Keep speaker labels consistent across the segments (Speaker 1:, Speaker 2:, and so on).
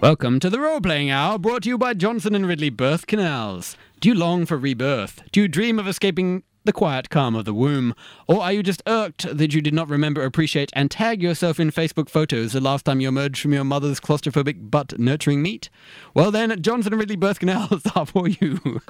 Speaker 1: Welcome to the Role Playing Hour, brought to you by Johnson and Ridley Birth Canals. Do you long for rebirth? Do you dream of escaping the quiet calm of the womb? Or are you just irked that you did not remember, appreciate, and tag yourself in Facebook photos the last time you emerged from your mother's claustrophobic but nurturing meat? Well, then, Johnson and Ridley Birth Canals are for you.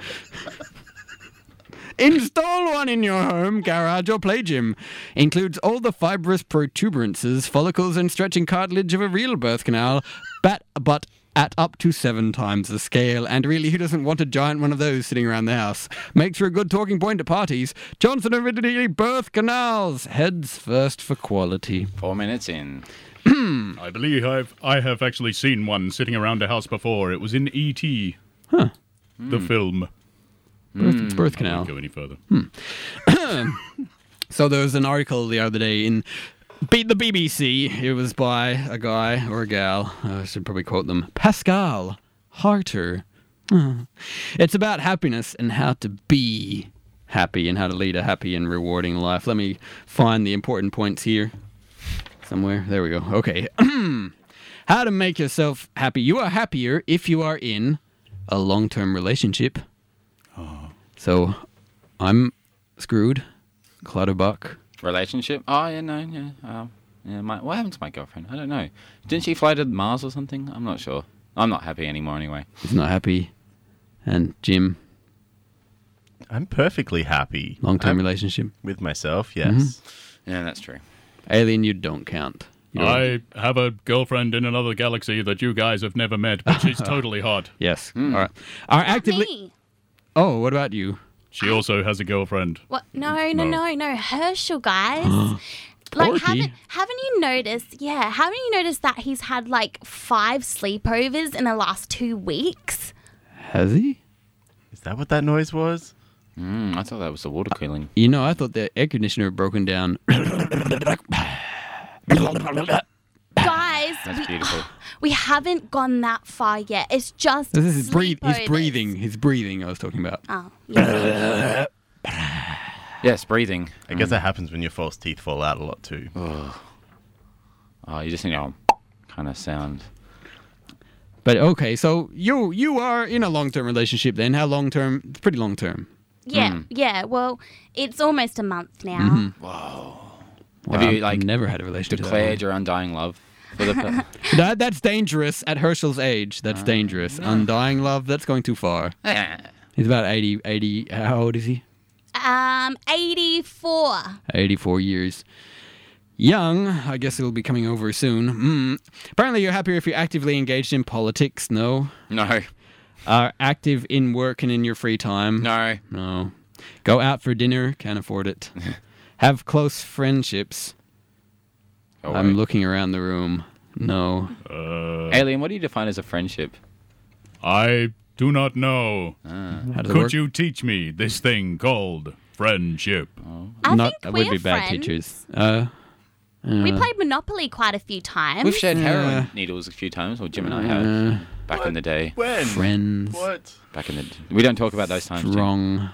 Speaker 1: Install one in your home, garage, or play gym. Includes all the fibrous protuberances, follicles, and stretching cartilage of a real birth canal, but, but at up to seven times the scale. And really, who doesn't want a giant one of those sitting around the house? Makes for a good talking point at parties. Johnson and Ridley birth canals. Heads first for quality.
Speaker 2: Four minutes in.
Speaker 3: I believe I've, I have actually seen one sitting around a house before. It was in E.T. Huh.
Speaker 1: Hmm.
Speaker 3: The film.
Speaker 1: Birth, it's birth
Speaker 3: Don't
Speaker 1: canal.
Speaker 3: go any further.
Speaker 1: Hmm. So there was an article the other day in Beat the BBC. It was by a guy or a gal. I should probably quote them. Pascal Harter. Oh. It's about happiness and how to be happy and how to lead a happy and rewarding life. Let me find the important points here. Somewhere. There we go. Okay. how to make yourself happy. You are happier if you are in a long term relationship. So I'm screwed. Clutterbuck.
Speaker 2: Relationship? Oh, yeah, no, yeah. Um, yeah my, what happened to my girlfriend? I don't know. Didn't she fly to Mars or something? I'm not sure. I'm not happy anymore anyway.
Speaker 1: He's not happy. And Jim,
Speaker 4: I'm perfectly happy.
Speaker 1: long Mm-hmm. term
Speaker 4: I'm-
Speaker 1: relationship.
Speaker 4: with myself, yes.
Speaker 2: Yeah, that's true.
Speaker 1: Alien, you don't count. You're-
Speaker 3: I have a girlfriend in another galaxy that you guys have never met, but she's totally hot.
Speaker 1: Yes.
Speaker 2: Hmm.
Speaker 1: All right. Are actively.
Speaker 5: Me.
Speaker 1: Oh, what about you?
Speaker 3: She also has a girlfriend.
Speaker 5: What? No,
Speaker 3: No.
Speaker 5: no, no, no. Herschel, guys. like,
Speaker 1: Porky?
Speaker 5: haven't haven't you noticed? Yeah, haven't you noticed that he's had like five sleepovers in the last two weeks?
Speaker 1: Has he?
Speaker 4: Is that what that noise was?
Speaker 2: Mm, I thought that was the water cooling.
Speaker 1: You know, I thought the air conditioner had broken down.
Speaker 5: guys,
Speaker 2: That's
Speaker 5: we,
Speaker 2: beautiful.
Speaker 5: we haven't gone that far yet. It's just
Speaker 1: This is breathe. He's
Speaker 5: sleepovers.
Speaker 1: breathing. He's breathing. I was talking about.
Speaker 5: Oh, yeah.
Speaker 2: yes, breathing.
Speaker 4: I
Speaker 1: Mm.
Speaker 4: guess that happens when your false teeth fall out a lot too.
Speaker 2: Oh, you just need a kind of sound.
Speaker 1: But okay, so you you are in a long term relationship then. How long term? It's pretty long term.
Speaker 5: yeah,
Speaker 1: Hmm.
Speaker 5: yeah. Well, it's almost a month now.
Speaker 1: Mm-hmm.
Speaker 2: Have you, like,
Speaker 1: never had a relationship? that
Speaker 2: Declared your undying love for the. Per-
Speaker 1: long. That, that's dangerous at Herschel's age.
Speaker 2: Ah.
Speaker 1: That's dangerous. Undying love. That's going too far.
Speaker 2: Yeah.
Speaker 1: He's about 80, 80 how old is he?
Speaker 5: Um, eighty-four.
Speaker 1: 84 years. Young, I guess it'll be coming over soon. Mm. Apparently, you're happier if you're actively engaged in politics. No.
Speaker 2: no,
Speaker 1: Are active in work and in your free time.
Speaker 2: no.
Speaker 1: No. Go out for dinner. Can't afford it. Have close friendships.
Speaker 2: Oh,
Speaker 1: I'm
Speaker 2: wait.
Speaker 1: looking around the room. No.
Speaker 2: Alien, what do you define as a friendship?
Speaker 3: I do not know.
Speaker 1: How does it
Speaker 3: Could
Speaker 1: work?
Speaker 3: you teach me this thing called friendship?
Speaker 1: Oh.
Speaker 5: I
Speaker 1: Not.
Speaker 5: think
Speaker 1: would
Speaker 5: we're
Speaker 1: be bad
Speaker 5: friends.
Speaker 1: teachers. Uh,
Speaker 5: We played Monopoly quite a few times.
Speaker 2: We've shared heroin needles a few times, or Jim and I have. Back in the day.
Speaker 4: When?
Speaker 1: friends.
Speaker 4: What?
Speaker 2: Back in the. We don't talk about those times. Jim.
Speaker 1: Strong.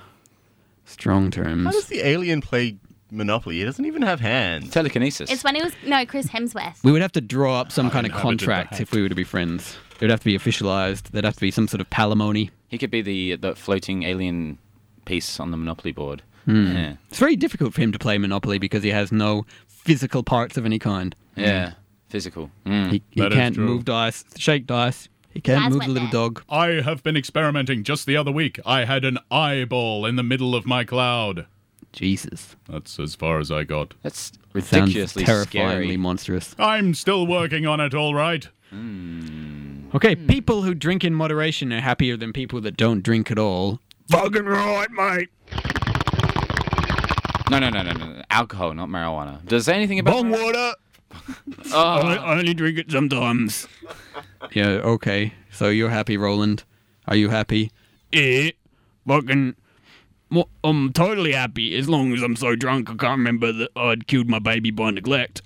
Speaker 1: Strong terms.
Speaker 4: How does the alien play Monopoly? He doesn't even have hands.
Speaker 2: Telekinesis.
Speaker 5: It's when he was no Chris Hemsworth.
Speaker 1: We would have to draw up some kind of
Speaker 3: inhabited the
Speaker 1: contract
Speaker 3: hat.
Speaker 1: if we were to be friends. It would have to be officialized. There'd have to be some sort of palimony.
Speaker 2: He could be the the floating alien piece on the Monopoly board.
Speaker 1: Hmm.
Speaker 2: Yeah.
Speaker 1: It's very difficult for him to play Monopoly because he has no physical parts of any kind.
Speaker 2: Yeah. Physical. Mm.
Speaker 1: He, he
Speaker 3: Hmm. That is
Speaker 1: can't
Speaker 3: true.
Speaker 1: move dice, shake dice. He can't
Speaker 5: Guys
Speaker 1: move
Speaker 5: went
Speaker 1: the little
Speaker 5: there.
Speaker 1: dog.
Speaker 3: I have been experimenting just the other week. I had an eyeball in the middle of my cloud.
Speaker 1: Jesus.
Speaker 3: That's as far as I got.
Speaker 2: That's
Speaker 1: Sounds
Speaker 2: ridiculously
Speaker 1: terrifyingly
Speaker 2: scary.
Speaker 1: monstrous.
Speaker 3: I'm still working on it, all right.
Speaker 1: Okay, people who drink in moderation are happier than people that don't drink at all. Fucking right, mate.
Speaker 2: No, no, no, no, no. Alcohol, not marijuana. Does it say anything about?
Speaker 1: Bong
Speaker 2: marijuana?
Speaker 1: water.
Speaker 2: Oh,
Speaker 1: I only drink it sometimes. yeah, okay. So you're happy, Roland? Are you happy? Eh, fucking. Well, I'm totally happy as long as I'm so drunk I can't remember that I'd killed my baby by neglect.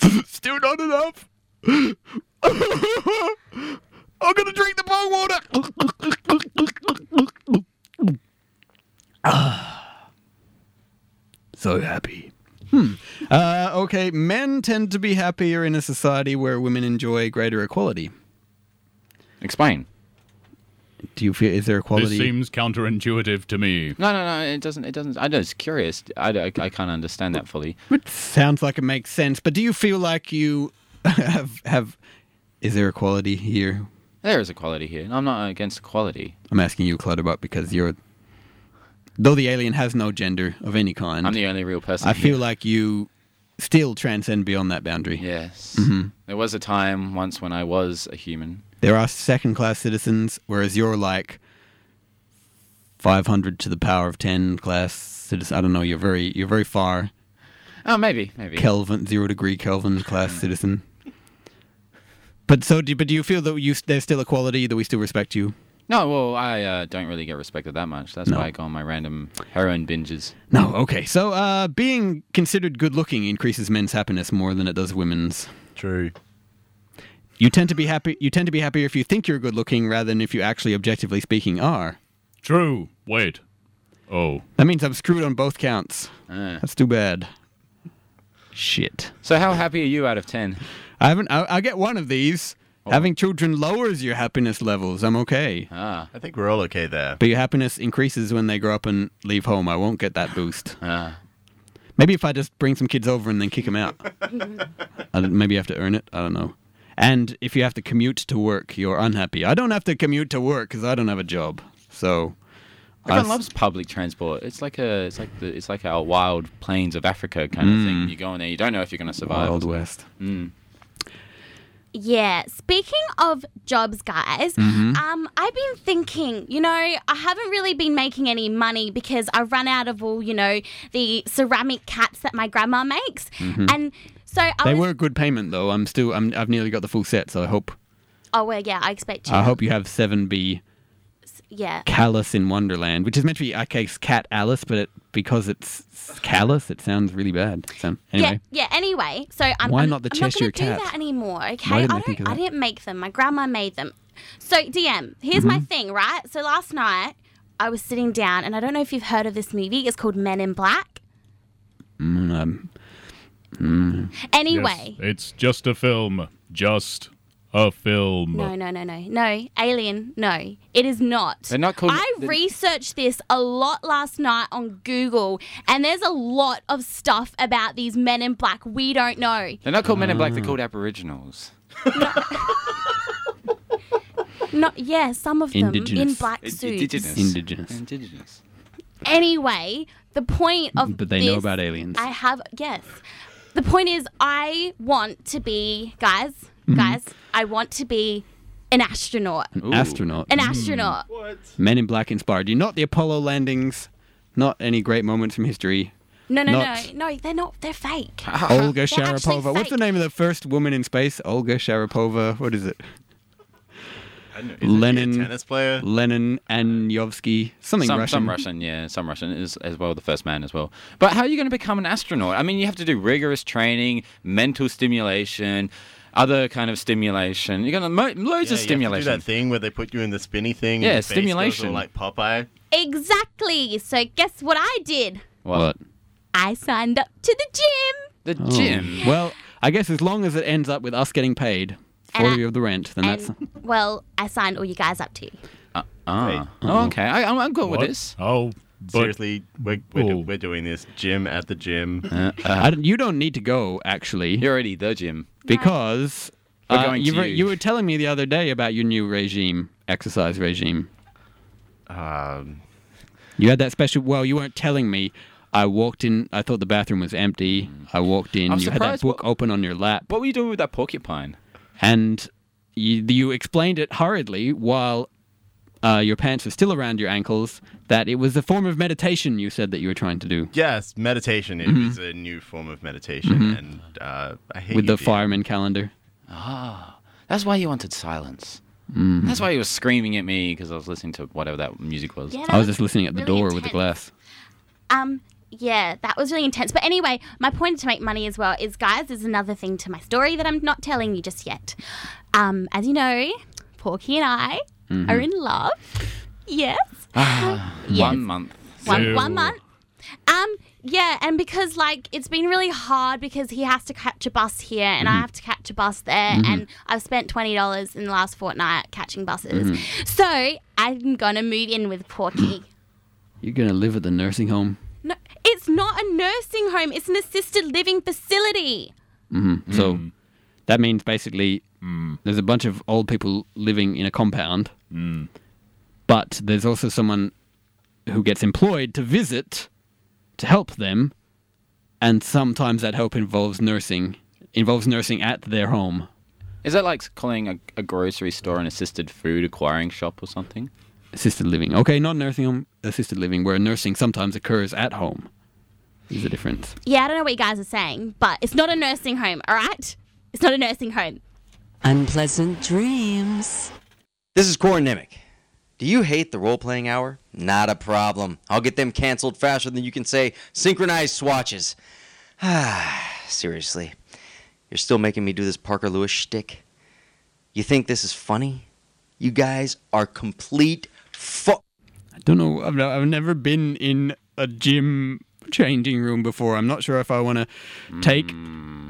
Speaker 1: Still not enough. I'm gonna drink the bong water. so happy. Uh, okay, men tend to be happier in a society where women enjoy greater equality.
Speaker 2: Explain.
Speaker 1: Do you feel is there
Speaker 3: This
Speaker 1: equality?
Speaker 3: seems counterintuitive to me.
Speaker 2: No, no, no. It doesn't. It doesn't. I know. It's curious. I, don't- I, can't understand that fully.
Speaker 1: It sounds like it makes sense, but do you feel like you have have is there equality here?
Speaker 2: There is equality here. and I'm not against equality.
Speaker 1: I'm asking you, Clutterbuck, because you're though the alien has no gender of any kind.
Speaker 2: I'm the only real person.
Speaker 1: I
Speaker 2: here.
Speaker 1: feel like you still transcend beyond that boundary.
Speaker 2: Yes.
Speaker 1: Mm-hmm.
Speaker 2: There was a time once when I was a human.
Speaker 1: There are second class citizens, whereas you're like 500 to the power of 10 class citizen. I don't know. You're very you're very far
Speaker 2: Oh, maybe, maybe.
Speaker 1: Kelvin zero degree Kelvin class citizen. But so do but do you feel that you there's still equality that we still respect you?
Speaker 2: No, well, I uh, don't really get respected that much. That's why I go on my random heroin binges.
Speaker 1: No, okay. So uh, being considered good looking increases men's happiness more than it does women's.
Speaker 4: True.
Speaker 1: You tend to be happy you tend to be happier if you think you're good looking rather than if you actually objectively speaking are.
Speaker 3: True. Wait. Oh.
Speaker 1: That means I'm screwed on both counts.
Speaker 2: Uh.
Speaker 1: That's too bad. Shit.
Speaker 2: So, how happy are you out of ten?
Speaker 1: I haven't. I, I get one of these. Having children lowers your happiness levels. I'm okay,
Speaker 2: Ah,
Speaker 4: I think we're all okay there.
Speaker 1: but your happiness increases when they grow up and leave home. I won't get that boost.
Speaker 2: ah.
Speaker 1: Maybe if I just bring some kids over and then kick them out. I don't, maybe you have to earn it. I don't know. And if you have to commute to work, you're unhappy. I don't have to commute to work because I don't have a job. So,
Speaker 2: Everyone
Speaker 1: s-
Speaker 2: loves public transport. It's like a, it's like the, it's like our wild plains of Africa kind of thing. You go in there, you don't know if you're gonna survive.
Speaker 1: Wild West.
Speaker 5: Yeah. Speaking of jobs, guys,
Speaker 1: Mm-hmm.
Speaker 5: um, I've been thinking, you know, I haven't really been making any money because I run out of all, you know, the ceramic caps that my grandma makes. And so I
Speaker 1: Mm-hmm. They
Speaker 5: was,
Speaker 1: were a good payment though. I'm still. I'm, I've nearly got the full set. So I hope.
Speaker 5: Oh, well, yeah, I expect you.
Speaker 1: I hope you have seven B
Speaker 5: Yeah.
Speaker 1: Callus in Wonderland, which is meant to be IK's Cat Alice, but it, because it's s- callous, it sounds really bad. So anyway,
Speaker 5: Yeah, yeah. Anyway, so I'm,
Speaker 1: Why
Speaker 5: I'm-
Speaker 1: not the
Speaker 5: I'm not
Speaker 1: Cheshire
Speaker 5: gonna
Speaker 1: Cat?
Speaker 5: Do that anymore? Okay,
Speaker 1: Why didn't
Speaker 5: I,
Speaker 1: I think of
Speaker 5: don't- I
Speaker 1: that?
Speaker 5: didn't make them. My grandma made them. So DM, here's
Speaker 1: Mm-hmm.
Speaker 5: my thing, right? So last night I was sitting down, and I don't know if you've heard of this movie. It's called Men in Black.
Speaker 1: Mm, um,
Speaker 5: Anyway,
Speaker 3: Yes, it's just a film. Just a film.
Speaker 5: No, no, no, no, no. Alien, no. It is not.
Speaker 2: They're not called-
Speaker 5: I
Speaker 2: they're-
Speaker 5: researched this a lot last night on Google, and there's a lot of stuff about these men in black we don't know.
Speaker 2: They're not called Men in Black. They're called Aboriginals.
Speaker 5: Not yeah, some of them in
Speaker 1: Indigenous.
Speaker 5: black
Speaker 2: I-
Speaker 5: suits.
Speaker 2: Indigenous.
Speaker 1: Indigenous.
Speaker 2: Indigenous.
Speaker 5: Anyway, the point of
Speaker 1: but they know
Speaker 5: this-
Speaker 1: about aliens.
Speaker 5: I have yes. The point is, I want to be guys, guys. I want to be an astronaut.
Speaker 1: Mm-hmm. An astronaut, Mm-hmm.
Speaker 5: An astronaut.
Speaker 1: Men in Black inspired you, not the Apollo landings, not any great moments from history.
Speaker 5: No, no,
Speaker 1: Not-
Speaker 5: no, no. They're not. They're fake.
Speaker 1: Olga
Speaker 5: They're actually
Speaker 1: Sharapova. What's the
Speaker 5: fake.
Speaker 1: name of the first woman in space? Olga Sharapova. What is it?
Speaker 4: I don't know, isn't he a
Speaker 1: Lenin-
Speaker 4: tennis player.
Speaker 1: Lenin Anyovsky. Something
Speaker 2: some,
Speaker 1: Russian.
Speaker 2: Some Russian, yeah, some Russian is as well the first man as well. But how are you going to become an astronaut? I mean, you have to do rigorous training, mental stimulation, other kind of stimulation. You're going mo- loads
Speaker 4: Yeah,
Speaker 2: of
Speaker 4: you have to do
Speaker 2: stimulation.
Speaker 4: that thing where they put you in the spinny thing. and
Speaker 2: Yeah,
Speaker 4: your face goes all
Speaker 2: stimulation.
Speaker 4: like Popeye.
Speaker 5: Exactly. So guess what I did?
Speaker 1: What?
Speaker 5: I signed up to the gym.
Speaker 2: The
Speaker 1: Oh.
Speaker 2: gym.
Speaker 1: Well, I guess as long as it ends up with us getting paid
Speaker 5: And I-
Speaker 1: forty of the rent, then that's.
Speaker 5: And well, I signed all you guys up to.
Speaker 2: Uh, ah.
Speaker 4: Wait.
Speaker 2: Oh, okay. I, I'm, I'm good
Speaker 3: What?
Speaker 2: with this.
Speaker 3: Oh, but
Speaker 4: Seriously, we're, we're, do-
Speaker 3: Oh.
Speaker 4: we're doing this gym at the gym.
Speaker 2: Uh, uh,
Speaker 1: I don't, you don't need to go actually.
Speaker 2: you're already the gym.
Speaker 1: Because
Speaker 2: We're
Speaker 1: uh,
Speaker 2: going
Speaker 1: you,
Speaker 2: to
Speaker 1: were,
Speaker 2: you.
Speaker 1: you were telling me the other day about your new regime, exercise regime.
Speaker 4: Um,
Speaker 1: You had that special. Well, you weren't telling me. I walked in. I thought the bathroom was empty. I walked in.
Speaker 2: I'm
Speaker 1: you had that
Speaker 2: surprised what-
Speaker 1: book open on your lap,
Speaker 2: What were you doing with that porcupine?
Speaker 1: and you, you explained it hurriedly while uh, your pants were still around your ankles. That it was a form of meditation. You said that you were trying to do
Speaker 4: yes, meditation is is a new form of meditation, and uh, I hate
Speaker 1: Mm-hmm. with
Speaker 4: you,
Speaker 1: the
Speaker 4: dear.
Speaker 1: fireman calendar.
Speaker 2: That's why you wanted silence.
Speaker 1: Mm-hmm.
Speaker 2: That's why you were screaming at me because I was listening to whatever that music was.
Speaker 5: Yeah,
Speaker 1: I was just listening at the
Speaker 5: really
Speaker 1: door with the
Speaker 5: intense.
Speaker 1: glass.
Speaker 5: Um, yeah, that was really intense. But anyway, my point to make money as well is, guys, there's another thing to my story that I'm not telling you just yet. Um, as you know, Porky and I are in love. Yes. yes.
Speaker 2: One month.
Speaker 5: One,
Speaker 3: Ew.
Speaker 5: one month. Um, yeah, and because like it's been really hard because he has to catch a bus here and I have to catch a bus there, and I've spent twenty dollars in the last fortnight catching buses. So I'm gonna move in with Porky.
Speaker 1: You're gonna live at the nursing home.
Speaker 5: no, it's not a nursing home; it's an assisted living facility.
Speaker 1: So that means basically there's a bunch of old people living in a compound, but there's also someone who gets employed to visit to help them, and sometimes that help involves nursing, involves nursing at their home.
Speaker 2: Is that like calling a, a grocery store an assisted food acquiring shop or something?
Speaker 1: Assisted living. Okay, not nursing home, assisted living, where nursing sometimes occurs at home. Is the difference.
Speaker 5: Yeah, I don't know what you guys are saying, but it's not a nursing home, all right? It's not a nursing home.
Speaker 6: Unpleasant dreams.
Speaker 7: This is Corin Nimic. Do you hate the role playing hour? Not a problem. I'll get them canceled faster than you can say synchronized swatches. Ah, seriously. You're still making me do this Parker Lewis shtick? You think this is funny? You guys are complete fu-
Speaker 1: I don't know. I've, I've never been in a gym changing room before. I'm not sure if I want to take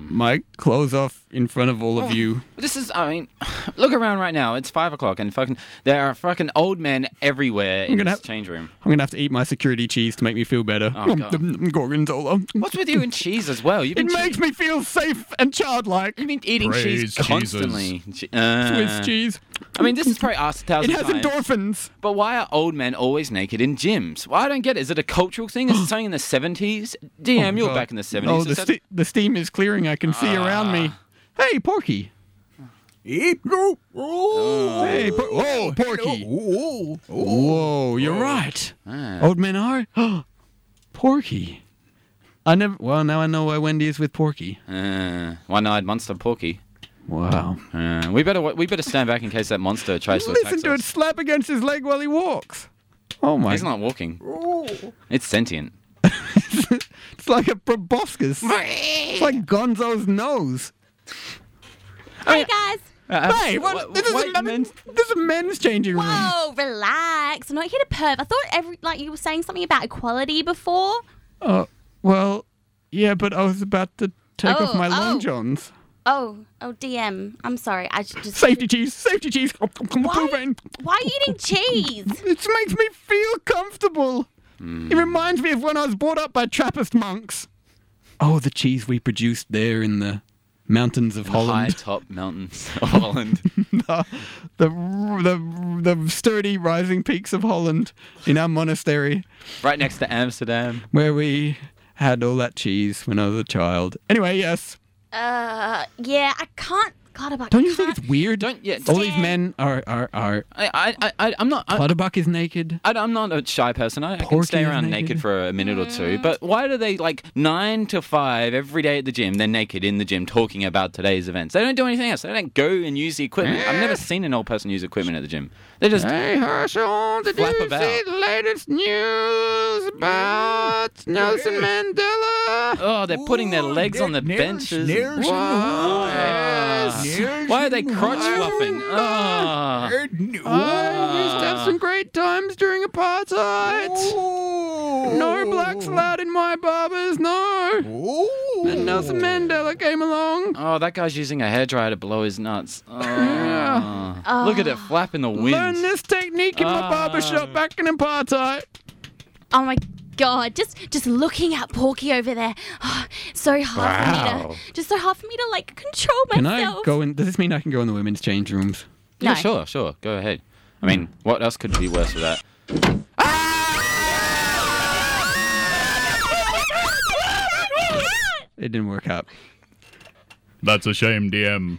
Speaker 2: Mm.
Speaker 1: my clothes off in front of
Speaker 2: Oh,
Speaker 1: all of you.
Speaker 2: This is, I mean, look around right now. It's five o'clock and fucking, there are fucking old men everywhere in
Speaker 1: gonna
Speaker 2: this
Speaker 1: have-
Speaker 2: change room.
Speaker 1: I'm gonna have to eat my security cheese to make me feel better. Mm,
Speaker 2: Oh, God.
Speaker 1: Gorgonzola. Mm.
Speaker 2: What's with you and cheese as well? You've
Speaker 1: It
Speaker 2: been, che-
Speaker 1: makes me feel safe and childlike
Speaker 2: you've been eating
Speaker 3: Praise
Speaker 2: cheese
Speaker 3: Jesus.
Speaker 2: constantly. Che- uh,
Speaker 1: with cheese.
Speaker 2: I mean, this is probably asked a thousand
Speaker 1: It has
Speaker 2: times.
Speaker 1: endorphins.
Speaker 2: But why are old men always naked in gyms? Well, I don't get it. Is it a cultural thing? Is it something in the 70s? DM, you were
Speaker 1: God.
Speaker 2: back in the 70s.
Speaker 1: Oh,
Speaker 2: Is
Speaker 1: the,
Speaker 2: that- Ah.
Speaker 1: ste- the steam is clearing. I can see around me. Hey, Porky.
Speaker 8: Eat go.
Speaker 1: Hey, por- whoa, Porky.
Speaker 8: Oh, oh,
Speaker 1: Whoa, you're right.
Speaker 2: Ah.
Speaker 1: Old men are Porky. I never. Well, now I know why Wendy is with Porky.
Speaker 2: Uh, one-eyed monster porky.
Speaker 1: Wow.
Speaker 2: Uh, we better we better stand back in case that monster tries to attack
Speaker 1: Listen to it
Speaker 2: us.
Speaker 1: slap against his leg while he walks. Oh my!
Speaker 2: He's not walking. It's sentient.
Speaker 1: It's like a proboscis. it's like Gonzo's nose. Oh,
Speaker 5: Hey guys,
Speaker 2: Uh,
Speaker 1: Hey, what?
Speaker 2: what-
Speaker 1: this, is
Speaker 2: what
Speaker 1: a men's, this is a men's changing room.
Speaker 5: whoa, relax. I'm not here to perv. I thought every like you were saying something about equality before.
Speaker 1: Uh, Well, yeah, but I was about to take off
Speaker 5: Oh,
Speaker 1: my long
Speaker 5: oh.
Speaker 1: johns.
Speaker 5: Oh, oh, DM. I'm sorry. I should just
Speaker 1: Safety cheese, safety cheese.
Speaker 5: Why? Why are you eating cheese?
Speaker 1: It makes me feel comfortable. It reminds me of when I was brought up by Trappist monks. Oh, the cheese we produced there in the mountains of
Speaker 2: High
Speaker 1: Holland.
Speaker 2: top mountains of Holland.
Speaker 1: The, the, the sturdy rising peaks of Holland in our monastery
Speaker 2: right next to Amsterdam.
Speaker 1: where we had all that cheese when I was a child. Anyway, yes.
Speaker 5: Uh, yeah, I can't. God, about
Speaker 1: Don't you think it's weird?
Speaker 2: Don't yeah.
Speaker 1: all these men are, are, are.
Speaker 2: Oh. I I I I'm not. I,
Speaker 1: Clutterbuck is naked.
Speaker 2: I, am not a shy person. I, I can
Speaker 1: Porky
Speaker 2: stay
Speaker 1: is
Speaker 2: around
Speaker 1: naked.
Speaker 2: naked. for a minute or two. But
Speaker 1: Mm.
Speaker 2: why do they like nine to five every day at the gym? They're naked in the gym talking about today's events. They don't do anything else. They don't go and use the equipment. I've never seen an old person use equipment at the gym. They just
Speaker 1: Hey, Herschel, did
Speaker 2: Flap
Speaker 1: you
Speaker 2: about.
Speaker 1: see the latest news about Nelson Mandela?
Speaker 2: oh, they're putting their legs on the benches. Ah. Why are they crotch whopping? Ah.
Speaker 1: I used to have some great times during apartheid. No blacks allowed in my barbers, no. And Nelson Mandela came along.
Speaker 2: Oh, that guy's using a hairdryer to blow his nuts. Oh. Look at it flap in the
Speaker 1: Learned
Speaker 2: wind.
Speaker 1: this technique in my barber shop back in apartheid.
Speaker 5: Oh my god, just just looking at Porky over there. Oh, so hard for me
Speaker 2: Wow.
Speaker 5: to just so hard for me to like control myself.
Speaker 1: Can I go in? Does this mean I can go in the women's change rooms?
Speaker 2: Yeah,
Speaker 5: No.
Speaker 2: sure, sure. Go ahead. I mean, what else could be worse for that?
Speaker 1: It didn't work out.
Speaker 3: That's a shame, DM.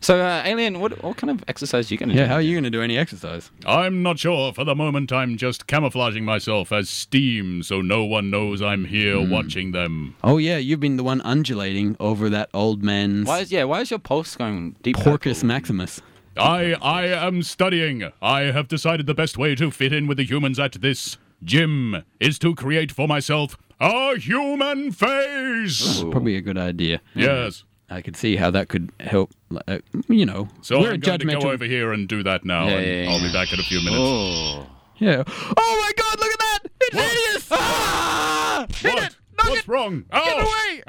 Speaker 2: So, uh, Alien, what, what kind of exercise are you going to
Speaker 1: Yeah,
Speaker 2: do?
Speaker 1: how are you going to do any exercise?
Speaker 3: I'm not sure. For the moment, I'm just camouflaging myself as steam so no one knows I'm here
Speaker 4: Hmm.
Speaker 3: watching them.
Speaker 1: Oh yeah, you've been the one undulating over that old man's
Speaker 2: Why is, yeah, why is your pulse going deep?
Speaker 1: Porcus
Speaker 2: purple?
Speaker 1: Maximus.
Speaker 3: I I am studying. I have decided the best way to fit in with the humans at this gym is to create for myself a human
Speaker 2: Oh.
Speaker 3: face.
Speaker 1: Probably a good idea.
Speaker 3: Yes.
Speaker 1: I could see how that could help. Uh, you know,
Speaker 3: So
Speaker 1: we're
Speaker 3: I'm
Speaker 1: a
Speaker 3: going to
Speaker 1: judgmental.
Speaker 3: go over here and do that now,
Speaker 2: Yeah,
Speaker 3: and
Speaker 2: yeah, yeah.
Speaker 3: I'll be back in a few minutes.
Speaker 2: Oh.
Speaker 1: Yeah. Oh my God! Look at that! It's hideous! Ah!
Speaker 3: What? What's wrong? Oh,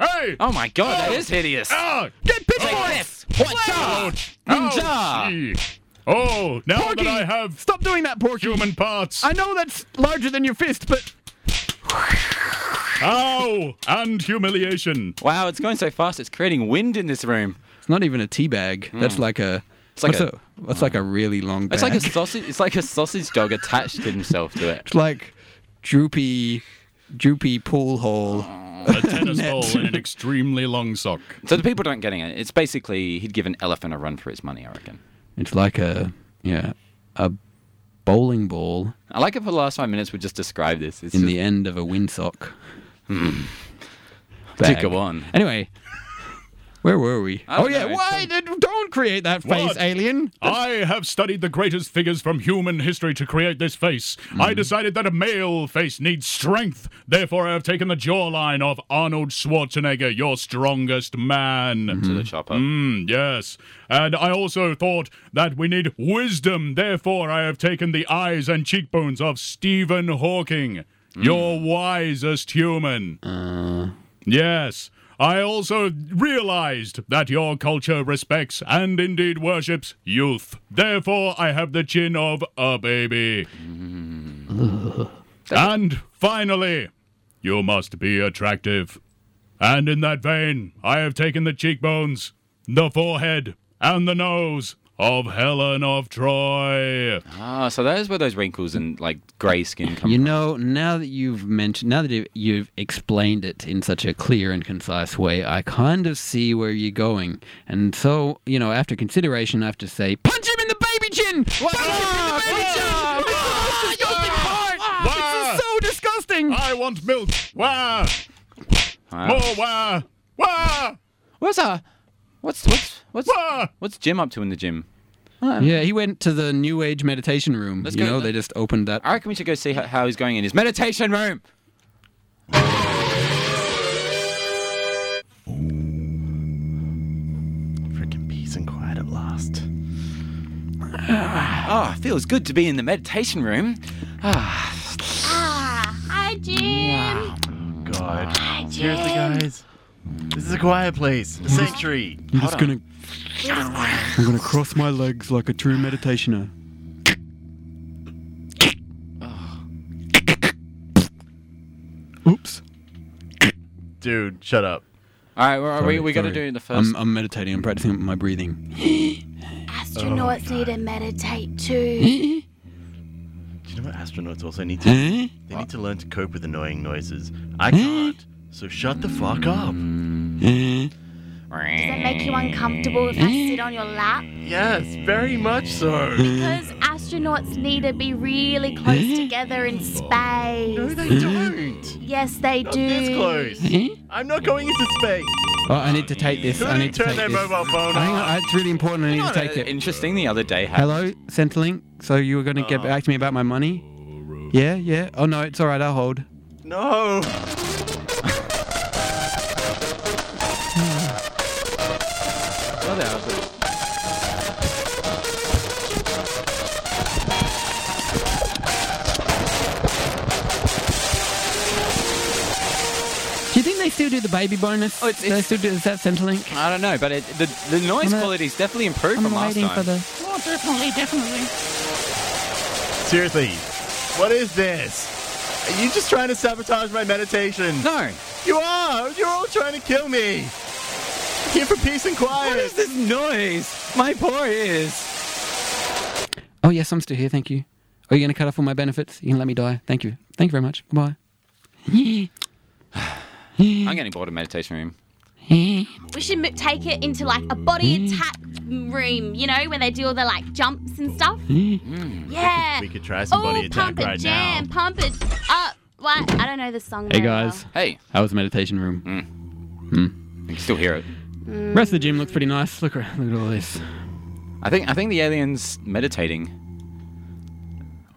Speaker 1: away!
Speaker 3: hey!
Speaker 2: Oh my god, that is hideous.
Speaker 3: Ah!
Speaker 1: Get
Speaker 2: Yes!
Speaker 1: pitchforks!
Speaker 2: Watcha!
Speaker 3: Ow,
Speaker 2: Ninja!
Speaker 3: gee. Oh, now
Speaker 1: Porky!
Speaker 3: that I have
Speaker 1: Stop doing that, Porky!
Speaker 3: human parts,
Speaker 1: I know that's larger than your fist, but
Speaker 3: ow, and humiliation.
Speaker 2: Wow, it's going so fast, it's creating wind in this room.
Speaker 1: it's not even a tea bag. That's like a. Hmm. It's
Speaker 2: like
Speaker 1: what's
Speaker 2: a-
Speaker 1: That's like a really long. Bag.
Speaker 2: It's like a sausage. It's like a sausage dog attached himself to it.
Speaker 1: It's like droopy, droopy pool hole.
Speaker 3: A tennis ball in an extremely long sock.
Speaker 2: So the people don't getting it. It's basically he'd give an elephant a run for his money. I reckon.
Speaker 1: It's like a yeah, a bowling ball
Speaker 2: I like it for the last five minutes. We just described this. It's
Speaker 1: in
Speaker 2: just,
Speaker 1: the end of a windsock. Hmm.
Speaker 2: To
Speaker 1: Bag. Mm-hmm.
Speaker 2: go on.
Speaker 1: Anyway, where were we?
Speaker 2: I don't
Speaker 1: Oh yeah,
Speaker 2: know,
Speaker 1: why did, don't create that face,
Speaker 3: What?
Speaker 1: alien?
Speaker 3: I have studied the greatest figures from human history to create this face. I decided that a male face needs strength. Therefore, I have taken the jawline of Arnold Schwarzenegger, your strongest man.
Speaker 2: to the chopper.
Speaker 3: Mm, yes. And I also thought that we need wisdom. Therefore, I have taken the eyes and cheekbones of Stephen Hawking, your wisest human. Yes. I also realized that your culture respects and indeed worships youth. Therefore, I have the chin of a baby. and finally, you must be attractive. And in that vein, I have taken the cheekbones, the forehead, and the nose of Helen of Troy.
Speaker 2: Ah, so those were those wrinkles and like grey skin come.
Speaker 1: You
Speaker 2: from.
Speaker 1: know, now that you've mentioned, now that you- you've explained it in such a clear and concise way, I kind of see where you're going. And so, you know, after consideration, I have to say, punch him in the baby chin! Punch him in the baby chin! It's the most disgusting part!
Speaker 3: Wah!
Speaker 1: This is so disgusting!
Speaker 2: Ah.
Speaker 3: I want milk. Wah!
Speaker 2: Wow.
Speaker 3: More wah! Wah!
Speaker 2: What's uh, what's what's what's
Speaker 3: Wah!
Speaker 2: what's Jim up to in the gym?
Speaker 1: Yeah, he went to the New Age meditation room.
Speaker 2: Ah. Let's
Speaker 1: you
Speaker 2: go- Ah,
Speaker 1: know, they just opened that.
Speaker 2: I reckon we should go see how, how he's going in his meditation room.
Speaker 4: Freaking peace and quiet at last.
Speaker 2: Ah, feels good to be in the meditation room.
Speaker 5: Ah, hi, Jim.
Speaker 4: God.
Speaker 5: Hi, Jim.
Speaker 4: Seriously, guys. This is a quiet place. A sanctuary.
Speaker 1: I'm just gonna. I'm gonna cross my legs like a true meditationer. Oops.
Speaker 4: Dude, shut up.
Speaker 2: All right, well, are we
Speaker 1: Sorry,
Speaker 2: we got to
Speaker 1: sorry.
Speaker 2: do the 1st
Speaker 1: I'm, I'm meditating. I'm practicing my breathing.
Speaker 4: Oh
Speaker 5: Astronauts need to meditate too.
Speaker 4: Do you know what astronauts also need to do? They need to learn to cope with annoying noises. I can't. So shut the fuck up.
Speaker 5: Does that make you uncomfortable if I sit on your lap?
Speaker 4: Yes, very much so.
Speaker 5: Because astronauts need to be really close together in
Speaker 4: No,
Speaker 5: space.
Speaker 4: they don't.
Speaker 5: Yes, they
Speaker 4: Oh. Not
Speaker 5: do.
Speaker 4: this
Speaker 2: Eh?
Speaker 4: close. I'm not going into space.
Speaker 1: Oh, I need to take this.
Speaker 4: Who
Speaker 1: I need to
Speaker 4: turned
Speaker 1: take
Speaker 4: their
Speaker 1: this.
Speaker 4: mobile phone
Speaker 1: Hang
Speaker 4: on?
Speaker 1: on, uh, it's really important. I
Speaker 2: You
Speaker 1: need
Speaker 2: know
Speaker 1: to
Speaker 2: what,
Speaker 1: take
Speaker 2: uh,
Speaker 1: it.
Speaker 2: Interesting the other day. happened.
Speaker 1: Hello, Centrelink. So you were gonna get back to me about my money? Yeah, yeah. Oh no, it's all right. I'll hold.
Speaker 4: No.
Speaker 2: Oh, there, I was like-
Speaker 1: Do you think they still do the baby bonus?
Speaker 2: Oh, it's-
Speaker 1: they
Speaker 2: it's-
Speaker 1: still do. Is that Centrelink?
Speaker 2: I don't know, but it, the the noise
Speaker 1: I'm a-
Speaker 2: quality's definitely improved
Speaker 1: I'm
Speaker 2: from last
Speaker 1: waiting
Speaker 2: time.
Speaker 1: for the.
Speaker 4: Seriously, what is this? Are you just trying to sabotage my meditation?
Speaker 2: No,
Speaker 4: You are. You're all trying to kill me. I'm here for peace and quiet.
Speaker 2: what is this noise? My poor ears.
Speaker 1: Oh yes, I'm still here. Thank you. Are you going to cut off all my benefits? You can let me die. Thank you. Thank you very much. Bye.
Speaker 2: I'm getting bored of meditation room.
Speaker 5: We should mo- take it into like a
Speaker 4: Mm.
Speaker 5: body attack room, you know, where they do all the like jumps and stuff. Yeah.
Speaker 4: Mm. We could try some body
Speaker 5: Ooh,
Speaker 4: attack
Speaker 5: Oh, pump it,
Speaker 4: right
Speaker 5: jam,
Speaker 4: now.
Speaker 5: pump it up. What? I don't know the song.
Speaker 1: Hey
Speaker 5: very
Speaker 1: guys,
Speaker 2: Hey,
Speaker 1: how was meditation room?
Speaker 2: you can still hear it.
Speaker 1: Rest of the gym looks pretty nice. Look around. Look at all this.
Speaker 2: I think I think the aliens meditating.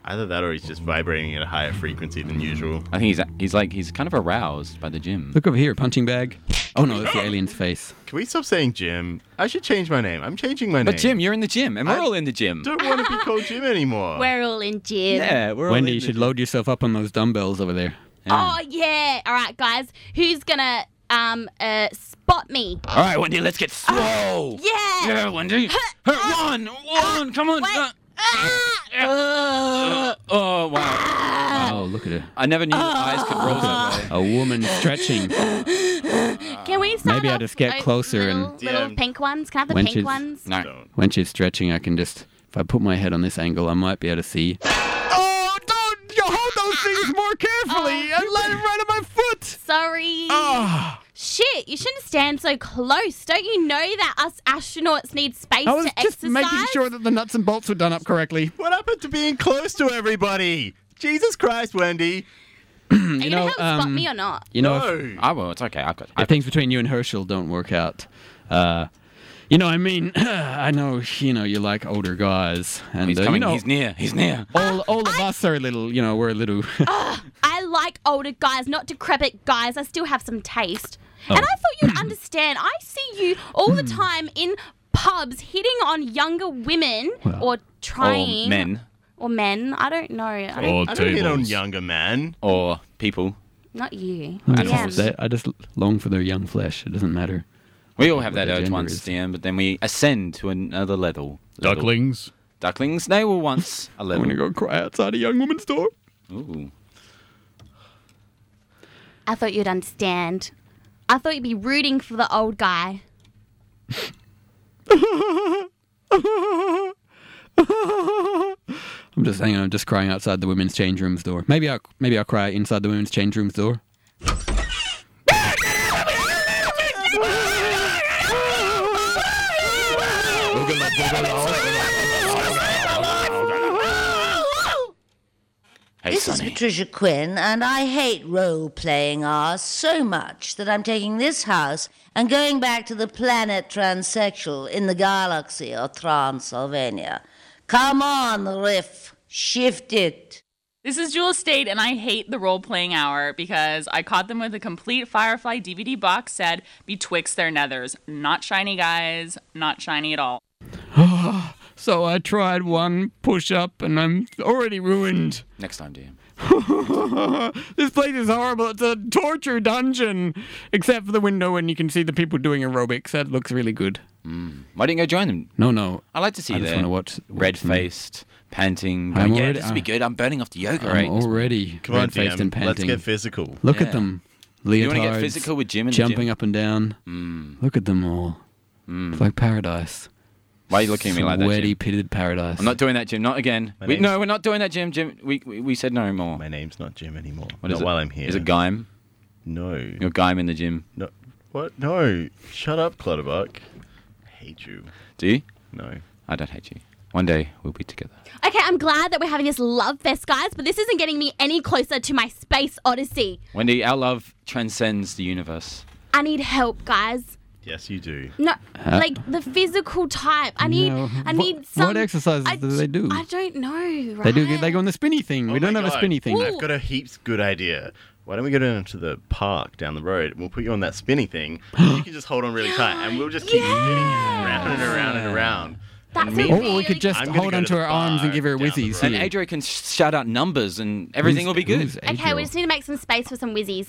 Speaker 4: Either that or he's just vibrating at a higher frequency than usual.
Speaker 2: I think he's he's like he's kind of aroused by the gym.
Speaker 1: Look over here, punching bag. Oh no, that's the alien's face.
Speaker 4: Can we stop saying Jim? I should change my name. I'm changing my name.
Speaker 2: But Jim, you're in the gym, and we're
Speaker 4: I-
Speaker 2: all in the gym.
Speaker 4: don't want to be called Jim anymore.
Speaker 5: well. We're all in gym.
Speaker 2: Yeah, we're all
Speaker 1: Wendy,
Speaker 2: in
Speaker 1: you
Speaker 2: the
Speaker 1: should load yourself up on those dumbbells over there.
Speaker 2: Yeah.
Speaker 5: Oh yeah. All right, guys. Who's gonna um uh spot me?
Speaker 2: All right, Wendy, let's get slow.
Speaker 5: Yeah.
Speaker 2: Yeah, Wendy.
Speaker 5: uh,
Speaker 2: one, one, come on.
Speaker 5: Wait.
Speaker 2: Uh,
Speaker 5: Ah!
Speaker 2: uh, oh, wow.
Speaker 1: Oh, look at her.
Speaker 2: I never knew eyes could roll
Speaker 5: Uh.
Speaker 2: that way.
Speaker 1: A woman stretching. Uh,
Speaker 5: Can we start
Speaker 1: Maybe I
Speaker 5: off
Speaker 1: just get
Speaker 5: with
Speaker 1: closer
Speaker 5: little,
Speaker 1: and-
Speaker 5: little
Speaker 4: Yeah.
Speaker 5: pink ones. Can I have the
Speaker 1: When
Speaker 5: pink
Speaker 1: she's-
Speaker 5: ones?
Speaker 2: No.
Speaker 4: Don't.
Speaker 1: When she's stretching, I can just. If I put my head on this angle, I might be able to see. Oh, don't! You hold those things more carefully! I let it right on my foot!
Speaker 5: Oh, Sorry.
Speaker 1: Ah.
Speaker 5: Shit, you shouldn't stand so close. Don't you know that us astronauts need space
Speaker 1: I was
Speaker 5: to
Speaker 1: just
Speaker 5: exercise?
Speaker 1: making sure that the nuts and bolts were done up correctly.
Speaker 4: What happened to being close to everybody? Jesus Christ, Wendy.
Speaker 5: Are you,
Speaker 1: you
Speaker 5: gonna
Speaker 1: know,
Speaker 5: help spot
Speaker 1: um,
Speaker 5: me or not?
Speaker 1: You know, if,
Speaker 4: No.
Speaker 2: I will. It's okay. I've got.
Speaker 1: if things between you and Herschel don't work out, uh, you know, I mean, I know, you know, you like older guys, and
Speaker 2: he's
Speaker 1: uh,
Speaker 2: coming.
Speaker 1: you know,
Speaker 2: he's near. He's near.
Speaker 1: all, all of us are a little, you know, we're a little.
Speaker 5: I like older guys, not decrepit guys. I still have some taste. And I thought you'd understand. I see you all the time in pubs hitting on younger women or trying
Speaker 2: Or men.
Speaker 5: or men. I don't know. I don't,
Speaker 3: Or
Speaker 4: I don't hit on
Speaker 3: tables.
Speaker 4: younger man.
Speaker 2: Or people.
Speaker 5: not you.
Speaker 1: I
Speaker 5: Yeah.
Speaker 1: just, I just long for their young flesh. It doesn't matter.
Speaker 2: We all have that
Speaker 1: their
Speaker 2: urge
Speaker 1: gender
Speaker 2: once,
Speaker 1: is.
Speaker 2: Dan, but then we ascend to another level. level.
Speaker 3: Ducklings.
Speaker 2: Ducklings, they were once a
Speaker 1: I'm
Speaker 2: level.
Speaker 1: gonna go cry outside a young woman's door.
Speaker 2: Ooh.
Speaker 5: I thought you'd understand. I thought you'd be rooting for the old guy.
Speaker 1: I'm just hanging. I'm just crying outside the women's change rooms door. Maybe I, will maybe I'll cry inside the women's change rooms door.
Speaker 2: Hey,
Speaker 9: This is
Speaker 2: Sonny.
Speaker 9: Patricia Quinn, and I hate role playing ours so much that I'm taking this house and going back to the planet transsexual in the galaxy of Transylvania. Come on, Riff, shift it.
Speaker 10: This is Jewel State, and I hate the role playing hour because I caught them with a complete Firefly DVD box set betwixt their nethers. Not shiny, guys. Not shiny at all.
Speaker 1: So I tried one push up and I'm already ruined.
Speaker 2: Next time, Dan.
Speaker 1: this place is horrible. It's a torture dungeon, except for the window and you can see the people doing aerobics. That looks really good.
Speaker 2: Why didn't you go join them?
Speaker 1: No, no.
Speaker 2: I like to see
Speaker 1: I
Speaker 2: you
Speaker 1: just
Speaker 2: there.
Speaker 1: wanna watch- watch
Speaker 2: red faced, panting.
Speaker 1: I'm
Speaker 2: Going, yeah,
Speaker 1: already-
Speaker 2: this will be
Speaker 1: uh,
Speaker 2: good. I'm burning off the yoga
Speaker 1: I'm
Speaker 2: right.
Speaker 1: already
Speaker 4: Come on,
Speaker 1: red-faced
Speaker 4: DM.
Speaker 1: and panting.
Speaker 4: Let's get physical.
Speaker 1: Look
Speaker 2: Yeah.
Speaker 1: at them.
Speaker 2: you want to get
Speaker 1: Leotards
Speaker 2: physical with Jim Hmm. and
Speaker 1: jumping
Speaker 2: Jim?
Speaker 1: up and down. Look at them all. It's like paradise.
Speaker 2: Hmm. Why are you looking at me like that?
Speaker 1: Sweaty,
Speaker 2: Jim?
Speaker 1: pitted paradise.
Speaker 2: I'm not doing that, Jim. Not again. We,
Speaker 4: name's-
Speaker 2: no, we're not doing that, Jim. Jim, we we, we said no more.
Speaker 4: My name's not Jim anymore.
Speaker 2: What
Speaker 4: not
Speaker 2: is it?
Speaker 4: while I'm here.
Speaker 2: Is it Gaim?
Speaker 4: No.
Speaker 2: You're Gaim in the gym.
Speaker 4: No. What? No. Shut up, Clutterbuck. I hate you.
Speaker 2: Do you?
Speaker 4: No.
Speaker 2: I don't hate you. One day we'll be together.
Speaker 5: Okay, I'm glad that we're having this love fest, guys, but this isn't getting me any closer to my space odyssey.
Speaker 2: Wendy, our love transcends the universe.
Speaker 5: I need help, guys.
Speaker 4: Yes, you do.
Speaker 5: No,
Speaker 1: Uh,
Speaker 5: like the physical type. I need,
Speaker 1: No.
Speaker 5: I
Speaker 1: What-
Speaker 5: need some.
Speaker 1: what exercises
Speaker 5: I
Speaker 1: do
Speaker 5: d-
Speaker 1: they do?
Speaker 5: I don't know. Right?
Speaker 1: They do. They go on the spinny thing. we
Speaker 4: Oh
Speaker 1: don't
Speaker 4: my
Speaker 1: have a
Speaker 4: God.
Speaker 1: spinny thing.
Speaker 5: Uh-huh. Ooh.
Speaker 4: I've got a heaps good idea. Why don't we go down to the park down the road and we'll put you on that spinny thing? and you can just hold on really tight and we'll just keep spinning you around and around and around.
Speaker 5: That's
Speaker 4: me-
Speaker 5: a
Speaker 1: Or
Speaker 5: really
Speaker 1: we could just
Speaker 4: I'm gonna
Speaker 1: hold
Speaker 4: go to
Speaker 1: onto
Speaker 4: the
Speaker 1: her arms and
Speaker 4: bar
Speaker 1: give her
Speaker 4: down the
Speaker 1: whizzies.
Speaker 4: road.
Speaker 2: And
Speaker 1: here.
Speaker 2: Adria can shout out numbers and everything
Speaker 1: Who's-
Speaker 2: will be good.
Speaker 1: who's
Speaker 5: Okay,
Speaker 1: Adriel?
Speaker 5: we just need to make some space for some whizzies.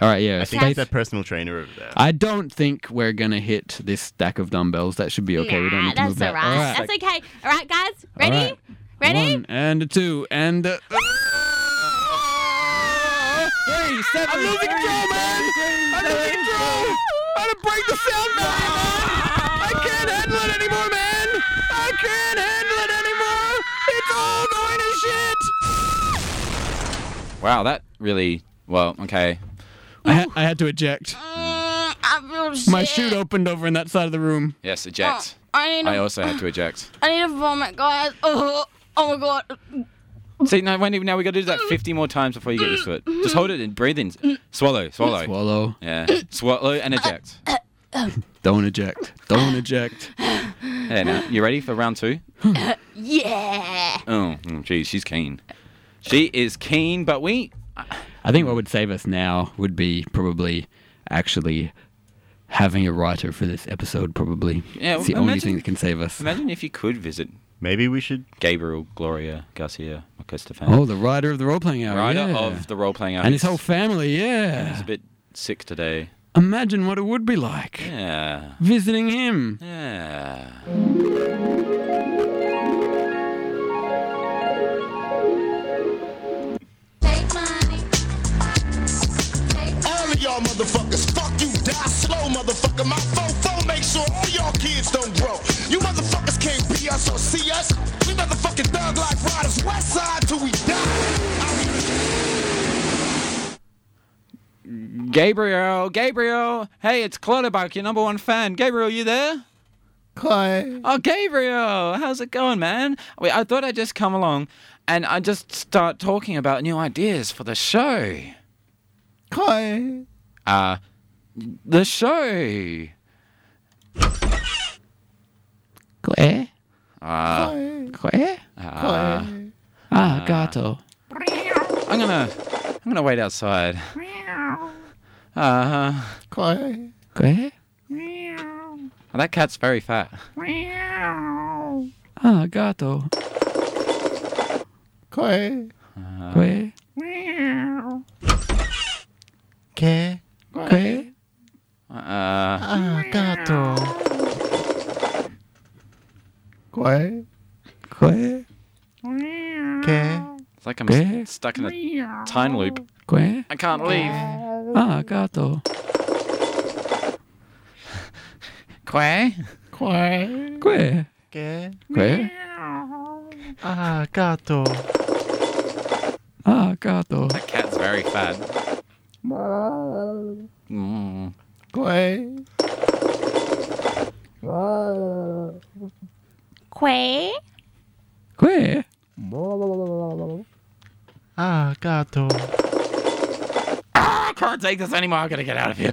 Speaker 1: All right, yeah.
Speaker 4: I think
Speaker 1: space-
Speaker 4: it's that personal trainer over there.
Speaker 1: I don't think we're gonna hit this stack of dumbbells. That should be okay. we don't
Speaker 5: nah,
Speaker 1: need to move
Speaker 5: that's
Speaker 1: that.
Speaker 5: all right. That's okay. All right, guys. Ready?
Speaker 1: right.
Speaker 5: Ready?
Speaker 1: One and a two and. uh, A... Three, seven, I'm losing control, man! I'm losing control! I'm gonna break the sound barrier, man! I can't handle it anymore, man! I can't handle it anymore! It's all going to shit!
Speaker 2: Wow, that really. Well, okay.
Speaker 1: I, ha- I had to eject.
Speaker 5: Mm, I feel
Speaker 1: My
Speaker 5: shit.
Speaker 1: chute opened over in that side of the room.
Speaker 2: Yes, eject.
Speaker 5: I
Speaker 1: Oh.
Speaker 5: need to,
Speaker 2: I also had to eject.
Speaker 5: I need to vomit, guys. Oh, oh my god.
Speaker 2: See, now, Wendy, now we got to do that 50 more times before you get used to it. Just hold it and breathe in. Swallow, swallow.
Speaker 1: Swallow.
Speaker 2: yeah. Swallow and eject.
Speaker 1: Don't eject. Don't eject.
Speaker 2: Hey, now, you ready for round two?
Speaker 5: Yeah.
Speaker 2: Oh, mm, geez, she's keen. She is keen, but we.
Speaker 1: I think what would save us now would be probably actually having a writer for this episode. Probably,
Speaker 2: Yeah,
Speaker 1: it's the
Speaker 2: well,
Speaker 1: only
Speaker 2: imagine-
Speaker 1: thing that can save us.
Speaker 2: Imagine if you could visit
Speaker 4: Maybe we should
Speaker 2: Gabriel Gloria Garcia Mark Estefan.
Speaker 1: Oh, the writer of the role playing hour.
Speaker 2: Writer
Speaker 1: yeah.
Speaker 2: of the role playing hour.
Speaker 1: And his whole family, yeah.
Speaker 2: He's a bit sick today.
Speaker 1: Imagine what it would be like
Speaker 2: Yeah.
Speaker 1: visiting him.
Speaker 2: Yeah.
Speaker 11: All of y'all motherfuckers, fuck you, die slow, motherfucker. My fofo make sure all y'all kids don't grow. You motherfuckers can't be us or see us. We motherfucking thug life riders, west side till we die.
Speaker 2: Gabriel, Gabriel. Hey, it's Clutterbuck, your number one fan. Gabriel, you there?
Speaker 12: Clay.
Speaker 2: Oh, Gabriel, how's it going, man? Wait, I thought I'd just come along and I just start talking about new ideas for the show.
Speaker 12: Clay.
Speaker 2: Uh, the show.
Speaker 1: Claire?
Speaker 2: Uh,
Speaker 1: Claire?
Speaker 2: Uh,
Speaker 1: Ah, gato.
Speaker 2: I'm gonna, I'm gonna wait outside. Uh,
Speaker 12: Clay.
Speaker 1: Claire?
Speaker 2: that cat's very fat.
Speaker 1: Ah, gato.
Speaker 12: Clay.
Speaker 1: Claire?
Speaker 12: Que? Que?
Speaker 2: Uh,
Speaker 12: Ah, gato. Clay.
Speaker 1: Claire?
Speaker 12: Que?
Speaker 2: it's like I'm s- stuck in a time loop.
Speaker 1: Claire?
Speaker 2: I can't leave.
Speaker 1: Ah, gato.
Speaker 2: Quay?
Speaker 12: Clay.
Speaker 1: Claire?
Speaker 12: Que?
Speaker 1: Claire?
Speaker 12: Ah, gato.
Speaker 1: Ah, gato.
Speaker 2: That cat's very fat. Mm.
Speaker 12: Clay.
Speaker 5: Quay?
Speaker 1: Claire?
Speaker 12: Ah, gato.
Speaker 2: I can't take this anymore. I'm gonna get out of here.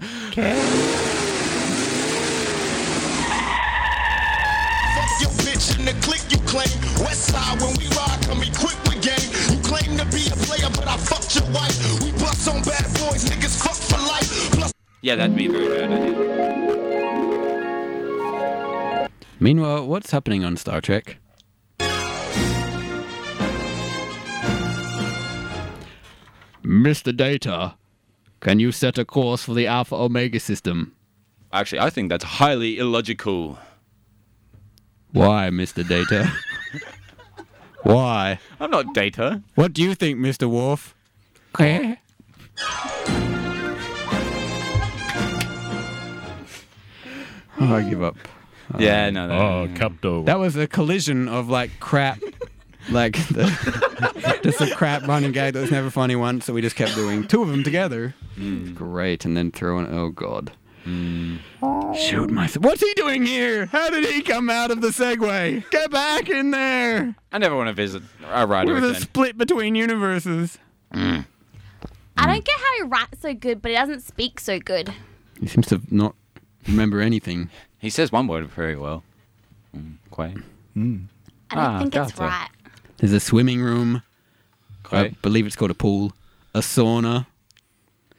Speaker 11: Fuck your bitch and the clique you claim. West side when we ride, come equipped with game. You claim to be a player, but I fucked your wife. We bust on bad boys, niggas fuck for life. Plus
Speaker 2: Yeah, that'd be a very bad idea.
Speaker 1: Meanwhile, what's happening on Star Trek? Mr. Data, can you set a course for the Alpha Omega system?
Speaker 2: Actually, I think that's highly illogical.
Speaker 1: Why, Mr. Data? Why?
Speaker 2: I'm not data.
Speaker 1: What do you think, Mr. Worf? Claire? Oh, I give up.
Speaker 2: Yeah, no, no.
Speaker 3: Oh, Capto.
Speaker 1: That was a collision of like crap, like the, just a crap running gag that was never funny once. So we just kept doing two of them together.
Speaker 4: Hmm.
Speaker 1: Great, and then throwing. Oh god. Shoot my. What's he doing here? How did he come out of the Segway? Get back in there.
Speaker 2: I never want to visit a rider
Speaker 1: We're the
Speaker 2: again.
Speaker 1: split between universes.
Speaker 5: I don't get how he writes so good, but he doesn't speak so good.
Speaker 1: He seems to not remember anything.
Speaker 2: He says one word very well. Mm, quite.
Speaker 5: I don't
Speaker 2: Ah,
Speaker 5: think it's
Speaker 2: gotcha.
Speaker 5: right.
Speaker 1: There's a swimming room. I
Speaker 2: Quite.
Speaker 1: believe it's called a pool. A sauna.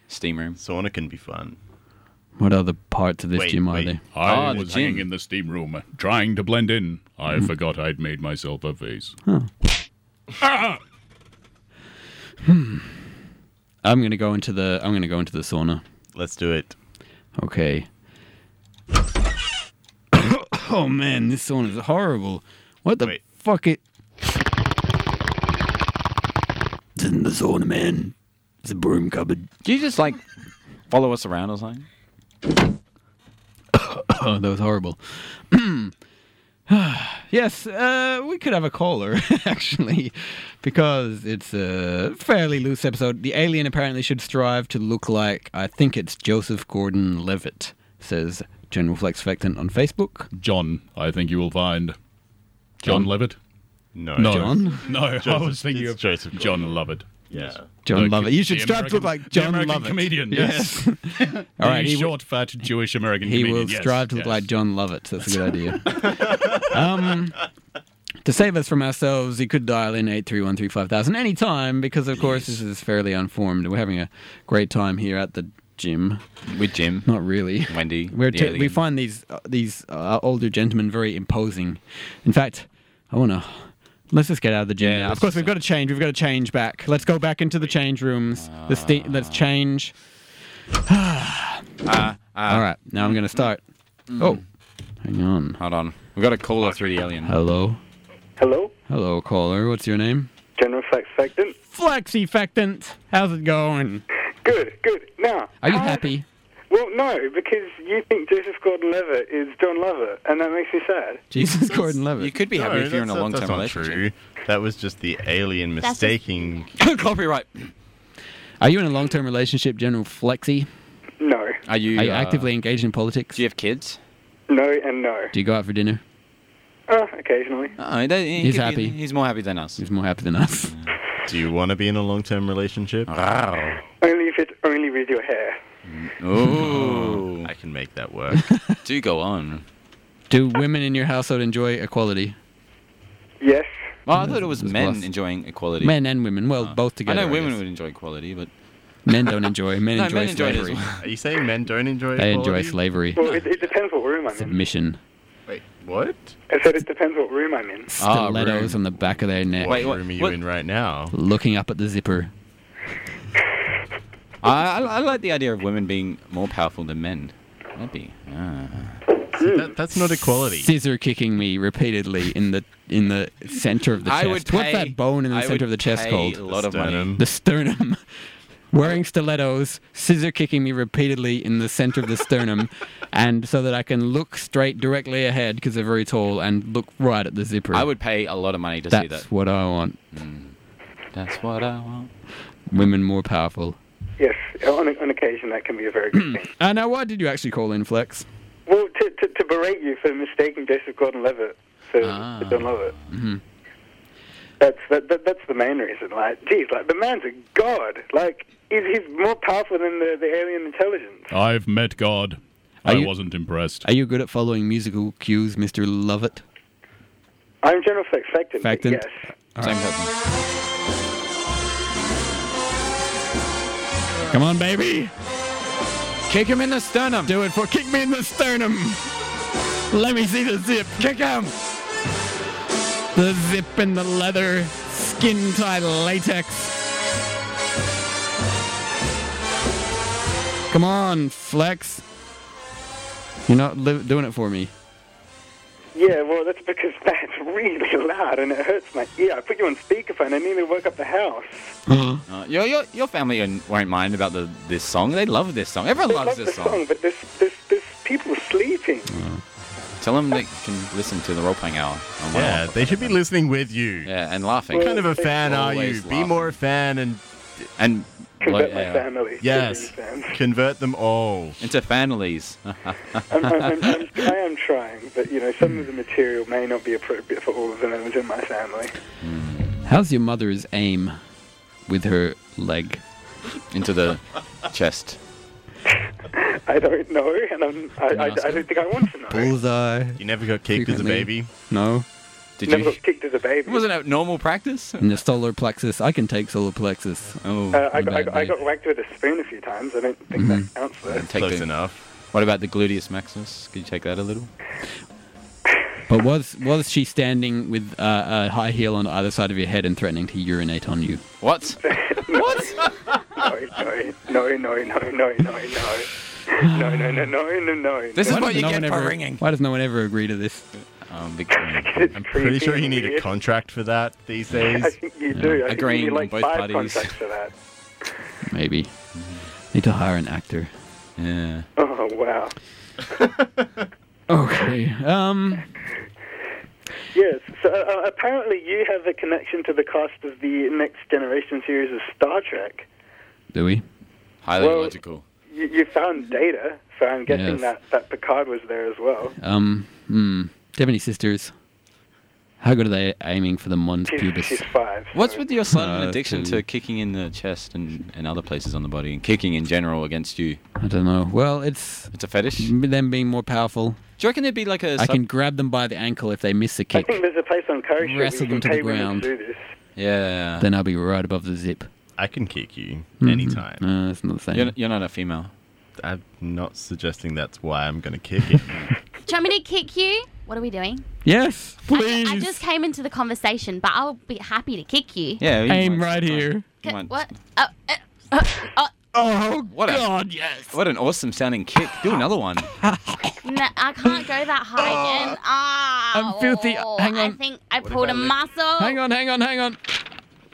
Speaker 2: Steam room.
Speaker 4: Sauna can be fun.
Speaker 1: What other parts of this
Speaker 4: Wait,
Speaker 1: gym are
Speaker 4: wait.
Speaker 1: there?
Speaker 3: I
Speaker 2: Ah, the
Speaker 3: was hanging
Speaker 2: gym.
Speaker 3: in the steam room, trying to blend in. I forgot I'd made myself a vase.
Speaker 1: I'm gonna go into the. I'm gonna go into the sauna.
Speaker 4: Let's do it.
Speaker 1: Okay. oh man, this one is horrible. What the
Speaker 4: Wait.
Speaker 1: fuck it? It's in the sauna, man. It's a broom cupboard.
Speaker 2: Do you just like follow us around or something?
Speaker 1: Oh, that was horrible. yes, uh, we could have a caller, actually, because it's a fairly loose episode. The alien apparently should strive to look like, I think it's Joseph Gordon Levitt, says General Flex Vectant on Facebook.
Speaker 3: John, I think you will find. John, Levitt?
Speaker 4: No.
Speaker 3: No.
Speaker 1: Uh, John?
Speaker 3: No, I
Speaker 4: Joseph-
Speaker 3: was thinking
Speaker 4: it's
Speaker 3: of
Speaker 4: Joseph Gordon.
Speaker 3: John Lovett.
Speaker 4: Yeah.
Speaker 1: John
Speaker 3: Look,
Speaker 1: Lovett. You should
Speaker 3: the
Speaker 1: strive to look
Speaker 3: American-
Speaker 1: like
Speaker 3: the
Speaker 1: John
Speaker 3: American
Speaker 1: Lovett.
Speaker 3: comedian,
Speaker 1: Yes.
Speaker 3: All
Speaker 1: All
Speaker 3: right,
Speaker 1: right.
Speaker 3: the
Speaker 1: He,
Speaker 3: short, fat Jewish American
Speaker 1: he
Speaker 3: comedian.
Speaker 1: will
Speaker 3: yes,
Speaker 1: strive to look
Speaker 3: yes.
Speaker 1: like John Lovett. That's a good idea. um, to save us from ourselves, you could dial in eight three one three five thousand anytime because, of course, this is fairly unformed. We're having a great time here at the gym.
Speaker 2: With Jim,
Speaker 1: Not really.
Speaker 2: Wendy.
Speaker 1: We're
Speaker 2: the
Speaker 1: t- we
Speaker 2: alien.
Speaker 1: find these uh, these uh, older gentlemen very imposing. In fact, I want to Let's just get out of the gym now. Of course, we've got to change. We've got to change back. Let's go back into the change rooms.
Speaker 2: Ah.
Speaker 1: Let's, de- let's change.
Speaker 2: ah.
Speaker 1: All right, now I'm going to start.
Speaker 2: Mm.
Speaker 1: Oh, hang on.
Speaker 2: Hold on. We've got a caller through the alien.
Speaker 1: Hello.
Speaker 13: Hello.
Speaker 1: Hello, caller. What's your name?
Speaker 13: General Flexfectant.
Speaker 1: Flexifectant. How's it going?
Speaker 13: Good, good. Now,
Speaker 1: Are you happy?
Speaker 13: well, no, because you think Joseph Gordon-Levitt is John Lovett, and that makes me sad.
Speaker 1: Jesus Gordon-Levitt.
Speaker 2: You could be happy if you're in a long-term
Speaker 4: that's not
Speaker 2: relationship.
Speaker 4: True. That was just the alien
Speaker 1: That's just-
Speaker 4: mistaking.
Speaker 2: Copyright.
Speaker 1: Are you in a long term relationship, General Flexi?
Speaker 13: No.
Speaker 2: Are you,
Speaker 1: Are you
Speaker 2: uh,
Speaker 1: actively engaged in politics? Do
Speaker 2: you have kids?
Speaker 13: No and no.
Speaker 1: Do you go out for dinner?
Speaker 13: Uh, occasionally.
Speaker 2: Oh, they, he
Speaker 1: He's
Speaker 2: could be-
Speaker 1: happy.
Speaker 2: he's more happy than us.
Speaker 1: He's more happy than us.
Speaker 4: Do you want to be in a long-term relationship? Wow.
Speaker 13: Only if it's only with your hair.
Speaker 2: Ooh.
Speaker 4: I can make that work.
Speaker 2: Do go on.
Speaker 1: Do women in your household enjoy equality?
Speaker 13: Yes.
Speaker 2: Well, I thought it was
Speaker 1: That's
Speaker 2: men
Speaker 1: plus.
Speaker 2: enjoying equality.
Speaker 1: Men and women. Well, both together.
Speaker 2: I know
Speaker 1: I
Speaker 2: women
Speaker 1: guess.
Speaker 2: would enjoy equality, but
Speaker 1: Men don't enjoy. Men
Speaker 2: No,
Speaker 1: enjoy
Speaker 2: men enjoy it as
Speaker 1: slavery.
Speaker 2: well.
Speaker 4: Are you saying men don't enjoy?
Speaker 1: They enjoy
Speaker 4: equality?
Speaker 1: slavery.
Speaker 13: Well, it, it depends what room I'm in.
Speaker 1: Submission.
Speaker 4: Wait, what?
Speaker 13: I said it depends what room I'm in.
Speaker 2: Ah,
Speaker 1: Stilettos on the back of their neck.
Speaker 4: Wait, what room are you in right now?
Speaker 1: Looking up at the zipper.
Speaker 2: I, I, I like the idea of women being more powerful than men. That'd be. ah.
Speaker 4: that's not equality.
Speaker 1: Scissor kicking me repeatedly in the in the center of the
Speaker 2: I
Speaker 1: chest.
Speaker 2: would
Speaker 1: What's
Speaker 2: pay-
Speaker 1: that bone in the
Speaker 2: I would
Speaker 1: center of the chest
Speaker 2: pay
Speaker 1: called?
Speaker 2: a lot of money. Sternum.
Speaker 1: The sternum. Wearing stilettos, scissor kicking me repeatedly in the center of the sternum, and so that I can look straight directly ahead because they're very tall and look right at the zipper.
Speaker 2: I would pay a lot of money to
Speaker 1: That's
Speaker 2: see that.
Speaker 1: what I want.
Speaker 2: That's what I want.
Speaker 1: Women more powerful.
Speaker 13: Yes, on, on occasion that can be a very good thing.
Speaker 1: Uh, now, why did you actually call in, Flex?
Speaker 13: Well, to, to, to berate you for mistaking Joseph Gordon-Levitt for, for John Lovett.
Speaker 1: Mhm.
Speaker 13: That's that, that, that's the main reason. Like, geez, like the man's a god. Like, he's, he's more powerful than the, the alien intelligence.
Speaker 3: I've met God.
Speaker 1: Are
Speaker 3: I
Speaker 1: you-
Speaker 3: wasn't impressed.
Speaker 1: Are you good at following musical cues, Mr. Lovett?
Speaker 13: I'm General Flexfectant. but
Speaker 1: Factant?
Speaker 13: Yes.
Speaker 2: Same person.
Speaker 1: Come on, baby. Kick him in the sternum. Do it for kick me in the sternum. Let me see the zip. Kick him. The zip in the leather, skin tight latex. Come on, Flex. You're not li- doing it for me.
Speaker 13: Yeah, well, that's because that's really loud and it hurts my ear. I put you on speakerphone. I nearly woke up the house.
Speaker 2: Uh, your, your, your family won't mind about the, this song. They love this song. Everyone
Speaker 13: They
Speaker 2: loves
Speaker 13: love
Speaker 2: this
Speaker 13: the
Speaker 2: song.
Speaker 13: but there's, there's, there's people sleeping.
Speaker 2: Tell them they can listen to the role playing hour. On my
Speaker 4: Yeah,
Speaker 2: own.
Speaker 4: they should be listening with you.
Speaker 2: Yeah, and laughing.
Speaker 4: What kind of a fan are you?
Speaker 2: Always
Speaker 4: Be
Speaker 2: laughing.
Speaker 4: more a fan and
Speaker 2: and
Speaker 13: Convert my
Speaker 2: yeah.
Speaker 13: family.
Speaker 4: yes, convert them all.
Speaker 2: into families.
Speaker 13: I'm, I'm, I'm, I'm, I am trying, but you know, some of the material may not be appropriate for all of the members in my family.
Speaker 1: How's your mother's aim with her leg?
Speaker 2: into the chest.
Speaker 13: I don't know, and I'm, I, I, I don't think I want to know.
Speaker 1: Bullseye.
Speaker 4: You never got kicked as a
Speaker 1: Frequently.
Speaker 4: baby.
Speaker 1: No.
Speaker 2: Did
Speaker 13: Never
Speaker 2: you?
Speaker 13: got kicked as a baby.
Speaker 2: Wasn't that normal practice?
Speaker 1: And the solar plexus. I can take solar plexus.
Speaker 2: Oh,
Speaker 13: Uh,
Speaker 1: what
Speaker 13: I, got, I,
Speaker 1: about
Speaker 13: got, I
Speaker 1: that?
Speaker 13: got whacked with a spoon a few times. I don't think that counts though.
Speaker 2: Take
Speaker 4: Close
Speaker 2: the-
Speaker 4: enough.
Speaker 2: What about the gluteus maximus? Could you take that a little?
Speaker 1: But was was she standing with uh, a high heel on either side of your head and threatening to urinate on you?
Speaker 2: What?
Speaker 13: what? No, no, no, no, no, no, no, no. No, no, no, no, no, no.
Speaker 2: This is
Speaker 13: no.
Speaker 2: what you
Speaker 1: No
Speaker 2: get
Speaker 1: one
Speaker 2: for
Speaker 1: ever-
Speaker 2: ringing.
Speaker 1: Why does no one ever agree to this?
Speaker 2: Um, big,
Speaker 13: It's
Speaker 4: Pretty
Speaker 13: creepy
Speaker 4: sure you
Speaker 13: and
Speaker 4: need a
Speaker 13: weird.
Speaker 4: contract for that these days.
Speaker 13: I think you do. I
Speaker 2: Agreeing
Speaker 13: think you need like
Speaker 2: both
Speaker 13: five
Speaker 2: parties.
Speaker 13: contracts for that.
Speaker 1: Maybe need to hire an actor.
Speaker 2: yeah.
Speaker 13: Oh wow.
Speaker 1: Okay. Um.
Speaker 13: Yes. So uh, apparently you have a connection to the cast of the next generation series of Star Trek.
Speaker 1: Do we?
Speaker 2: Highly
Speaker 13: Well-
Speaker 2: logical.
Speaker 13: You, you found Data, so I'm
Speaker 1: Yes.
Speaker 13: guessing that, that Picard was there as well.
Speaker 1: Um. Hmm. Do you have any sisters? How good are they aiming for the mons
Speaker 13: She's,
Speaker 1: pubis?
Speaker 13: she's five.
Speaker 2: What's
Speaker 13: so-
Speaker 2: with your sudden
Speaker 1: Uh,
Speaker 2: addiction
Speaker 1: two.
Speaker 2: to kicking in the chest and, and other places on the body and kicking in general against you?
Speaker 1: I don't know. Well, it's
Speaker 2: It's a fetish. Do
Speaker 1: them being more powerful.
Speaker 2: you reckon there'd be like a
Speaker 1: I
Speaker 2: sub-
Speaker 1: can grab them by the ankle if they miss a
Speaker 13: I
Speaker 1: kick.
Speaker 13: think there's a place on Curry Street where
Speaker 1: Wrestle
Speaker 13: you
Speaker 1: them
Speaker 13: can
Speaker 1: to
Speaker 13: pay
Speaker 1: the
Speaker 13: women
Speaker 1: ground.
Speaker 13: to do this.
Speaker 2: yeah.
Speaker 1: Then I'll be right above the zip.
Speaker 4: I can kick you
Speaker 2: Mm-hmm.
Speaker 1: Mhm.
Speaker 4: anytime.
Speaker 1: No, that's not the same.
Speaker 2: You're, you're not a female.
Speaker 4: I'm not suggesting that's why I'm going to kick it.
Speaker 5: Do you want me to kick you? What are we doing?
Speaker 1: Yes,
Speaker 5: please. I, I just came into the conversation, but I'll be happy to kick you.
Speaker 1: Yeah, you Aim might- right here.
Speaker 5: K-
Speaker 2: might-
Speaker 5: What? Oh, uh, uh, oh,
Speaker 1: Oh,
Speaker 2: what
Speaker 1: God, yes.
Speaker 2: What an awesome sounding kick. Do another one.
Speaker 5: no, I can't go that high again. Ah,
Speaker 1: Oh. I'm filthy. Hang
Speaker 5: I
Speaker 1: on.
Speaker 5: think I pulled a muscle.
Speaker 1: Hang on, hang on, hang on.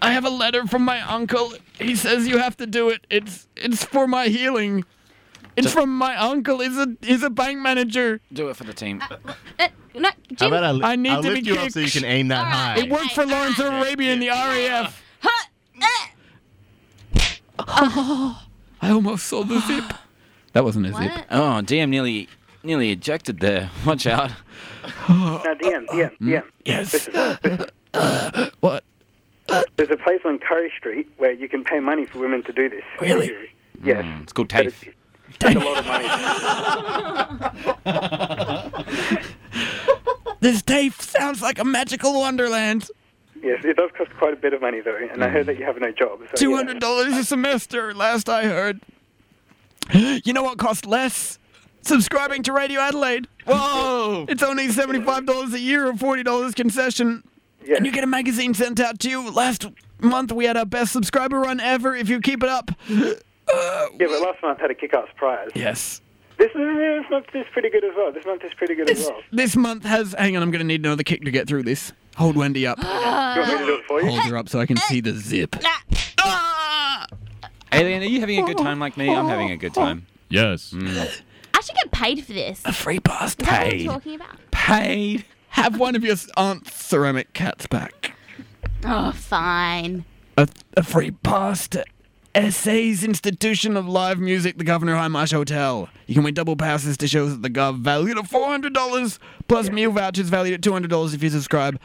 Speaker 1: I have a letter from my uncle. He says you have to do it. It's it's for my healing. It's
Speaker 2: Just-
Speaker 1: from my uncle. He's a he's a bank manager.
Speaker 2: Do it for the team.
Speaker 5: Uh, no,
Speaker 4: How
Speaker 5: Jim.
Speaker 4: about I, li-
Speaker 1: I need
Speaker 4: I'll
Speaker 1: to be
Speaker 4: lift you up so you
Speaker 1: kicked.
Speaker 4: can aim that high.
Speaker 1: It worked for Lawrence of Arabia in the RAF.
Speaker 5: Eh, Oh,
Speaker 1: I almost saw the zip. That wasn't a zip.
Speaker 2: Oh, DM nearly nearly ejected there. Watch out.
Speaker 13: Now, DM, DM, DM. Yes.
Speaker 1: what?
Speaker 13: There's a place on Curry Street where you can pay money for women to do this. Really? Yes.
Speaker 2: It's called TAFE.
Speaker 13: It's a lot of money.
Speaker 1: This tape sounds like a magical wonderland.
Speaker 13: Yes, it does cost quite a bit of money, though, and I heard that you have no job. So,
Speaker 1: Two hundred dollars a semester, last I heard. You know what cost less? Subscribing to Radio Adelaide. Whoa! it's only seventy-five dollars a year or forty dollars concession, and you get a magazine sent out to you. Last month we had our best subscriber run ever. If you keep it up,
Speaker 13: Yeah, yeah but last month had a kick-ass prize.
Speaker 1: yes.
Speaker 13: This, is, this month is pretty good as well. This month is pretty good as well.
Speaker 1: This month has. Hang on, I'm going to need another kick to get through this. Hold Wendy up.
Speaker 13: Do you want me to do it for you?
Speaker 1: Hold her up so I can see the zip. Ah.
Speaker 2: Alien, are you having a good time like me? I'm having a good time.
Speaker 3: Yes.
Speaker 1: Hmm.
Speaker 5: I should get paid for this. A
Speaker 1: free pass
Speaker 5: Is that what
Speaker 1: paid.
Speaker 5: we're talking about?
Speaker 1: Paid. Have one of your aunt's ceramic cats back.
Speaker 5: Oh, fine.
Speaker 1: A, a free pass to SA's Institution of Live Music, the Governor High Marsh Hotel. You can win double passes to shows at the Gov, valued at $400, plus meal vouchers valued at $200 if you subscribe.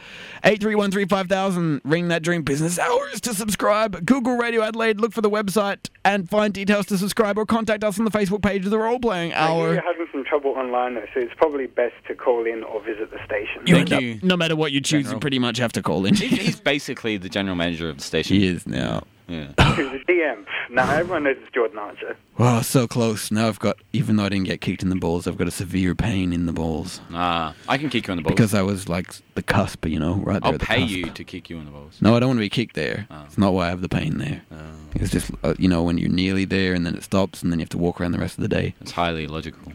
Speaker 1: 83135000, ring that during business hours to subscribe. Google Radio Adelaide, look for the website, and find details to subscribe or contact us on the Facebook page of the Role Playing
Speaker 13: I hear
Speaker 1: Hour.
Speaker 13: you're having some trouble online, though, so it's probably best to call in or visit the station.
Speaker 1: You end up- no matter what you choose, you pretty much have to call in.
Speaker 2: He's basically the general manager of the station.
Speaker 1: He is now.
Speaker 2: Yeah.
Speaker 13: Who's a DM? Now everyone knows it's Jordan Archer.
Speaker 1: Wow, so close. Now I've got, even though I didn't get kicked in the balls, I've got a severe pain in the balls.
Speaker 2: Ah, I can kick you in the balls.
Speaker 1: Because I was like the cusp, you know, right there.
Speaker 2: I'll
Speaker 1: at the
Speaker 2: pay
Speaker 1: cusp.
Speaker 2: you Oh. to kick you in the balls.
Speaker 1: No, I don't want to be kicked there. It's not why I have the pain there.
Speaker 2: Oh.
Speaker 1: It's just, uh, you know, when you're nearly there and then it stops and then you have to walk around the rest of the day.
Speaker 2: It's highly logical.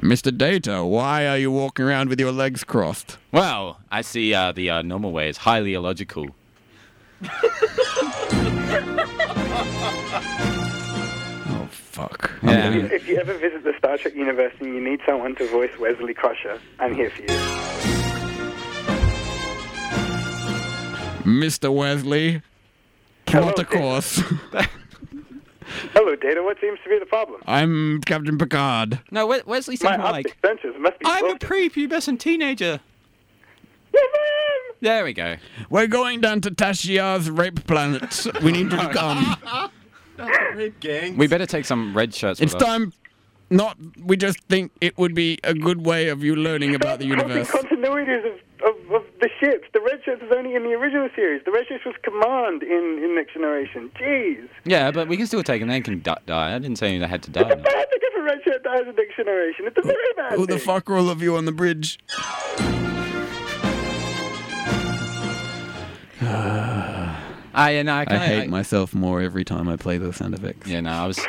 Speaker 1: Mr. Data, why are you walking around with your legs crossed?
Speaker 2: Wow, I see uh, the uh, normal way is highly illogical.
Speaker 1: Oh, fuck.
Speaker 2: Yeah.
Speaker 13: If, if you ever visit the Star Trek universe and you need someone to voice Wesley Crusher, I'm here for you.
Speaker 1: Mr. Wesley, plot a course.
Speaker 13: Hello, Data. What seems to be the problem?
Speaker 1: I'm Captain Picard.
Speaker 2: No, Wes- Wesley
Speaker 13: My
Speaker 2: sounds more like
Speaker 13: optic sensors must be
Speaker 2: I'm a
Speaker 13: broken.
Speaker 2: prepubescent teenager. There we go.
Speaker 1: We're going down to Tashia's rape planet. We need you to come.
Speaker 4: gang.
Speaker 2: We better take some red shirts.
Speaker 1: It's
Speaker 2: with us.
Speaker 1: time. Not. We just think it would be a good way of you learning about the universe.
Speaker 13: The continuities of, of, of the ships. The red shirt is only in the original series. The red shirt was Command in, in Next Generation. Jeez.
Speaker 2: Yeah, but we can still take them. They can di- die. I didn't say they had to die.
Speaker 13: I had a different red shirt that has in Next Generation. It's a very bad
Speaker 1: Who the
Speaker 13: thing.
Speaker 1: fuck are all of you on the bridge?
Speaker 2: Ah, yeah, no, I,
Speaker 1: I
Speaker 2: kinda-
Speaker 1: hate myself more every time I play those sound effects.
Speaker 2: Yeah, no, I was.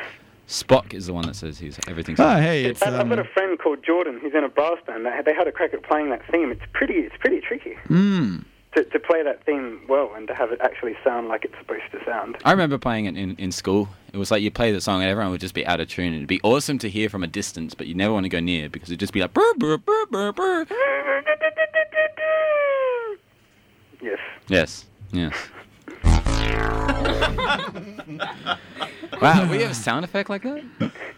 Speaker 2: Spock is the one that says he's everything's.
Speaker 1: Ah, hey, it's
Speaker 13: I've I've
Speaker 1: um.
Speaker 13: got a friend called Jordan who's in a brass band. That, they had a crack at playing that theme. It's pretty. It's pretty tricky
Speaker 1: Mm.
Speaker 13: to, to play that theme well and to have it actually sound like it's supposed to sound.
Speaker 2: I remember playing it in, in school. It was like you play the song and everyone would just be out of tune. It'd be awesome to hear from a distance, but you never want to go near because it'd just be like. Burr, burr, burr, burr, burr.
Speaker 13: Yes.
Speaker 2: Yes. Yes. wow, we have a sound effect like that?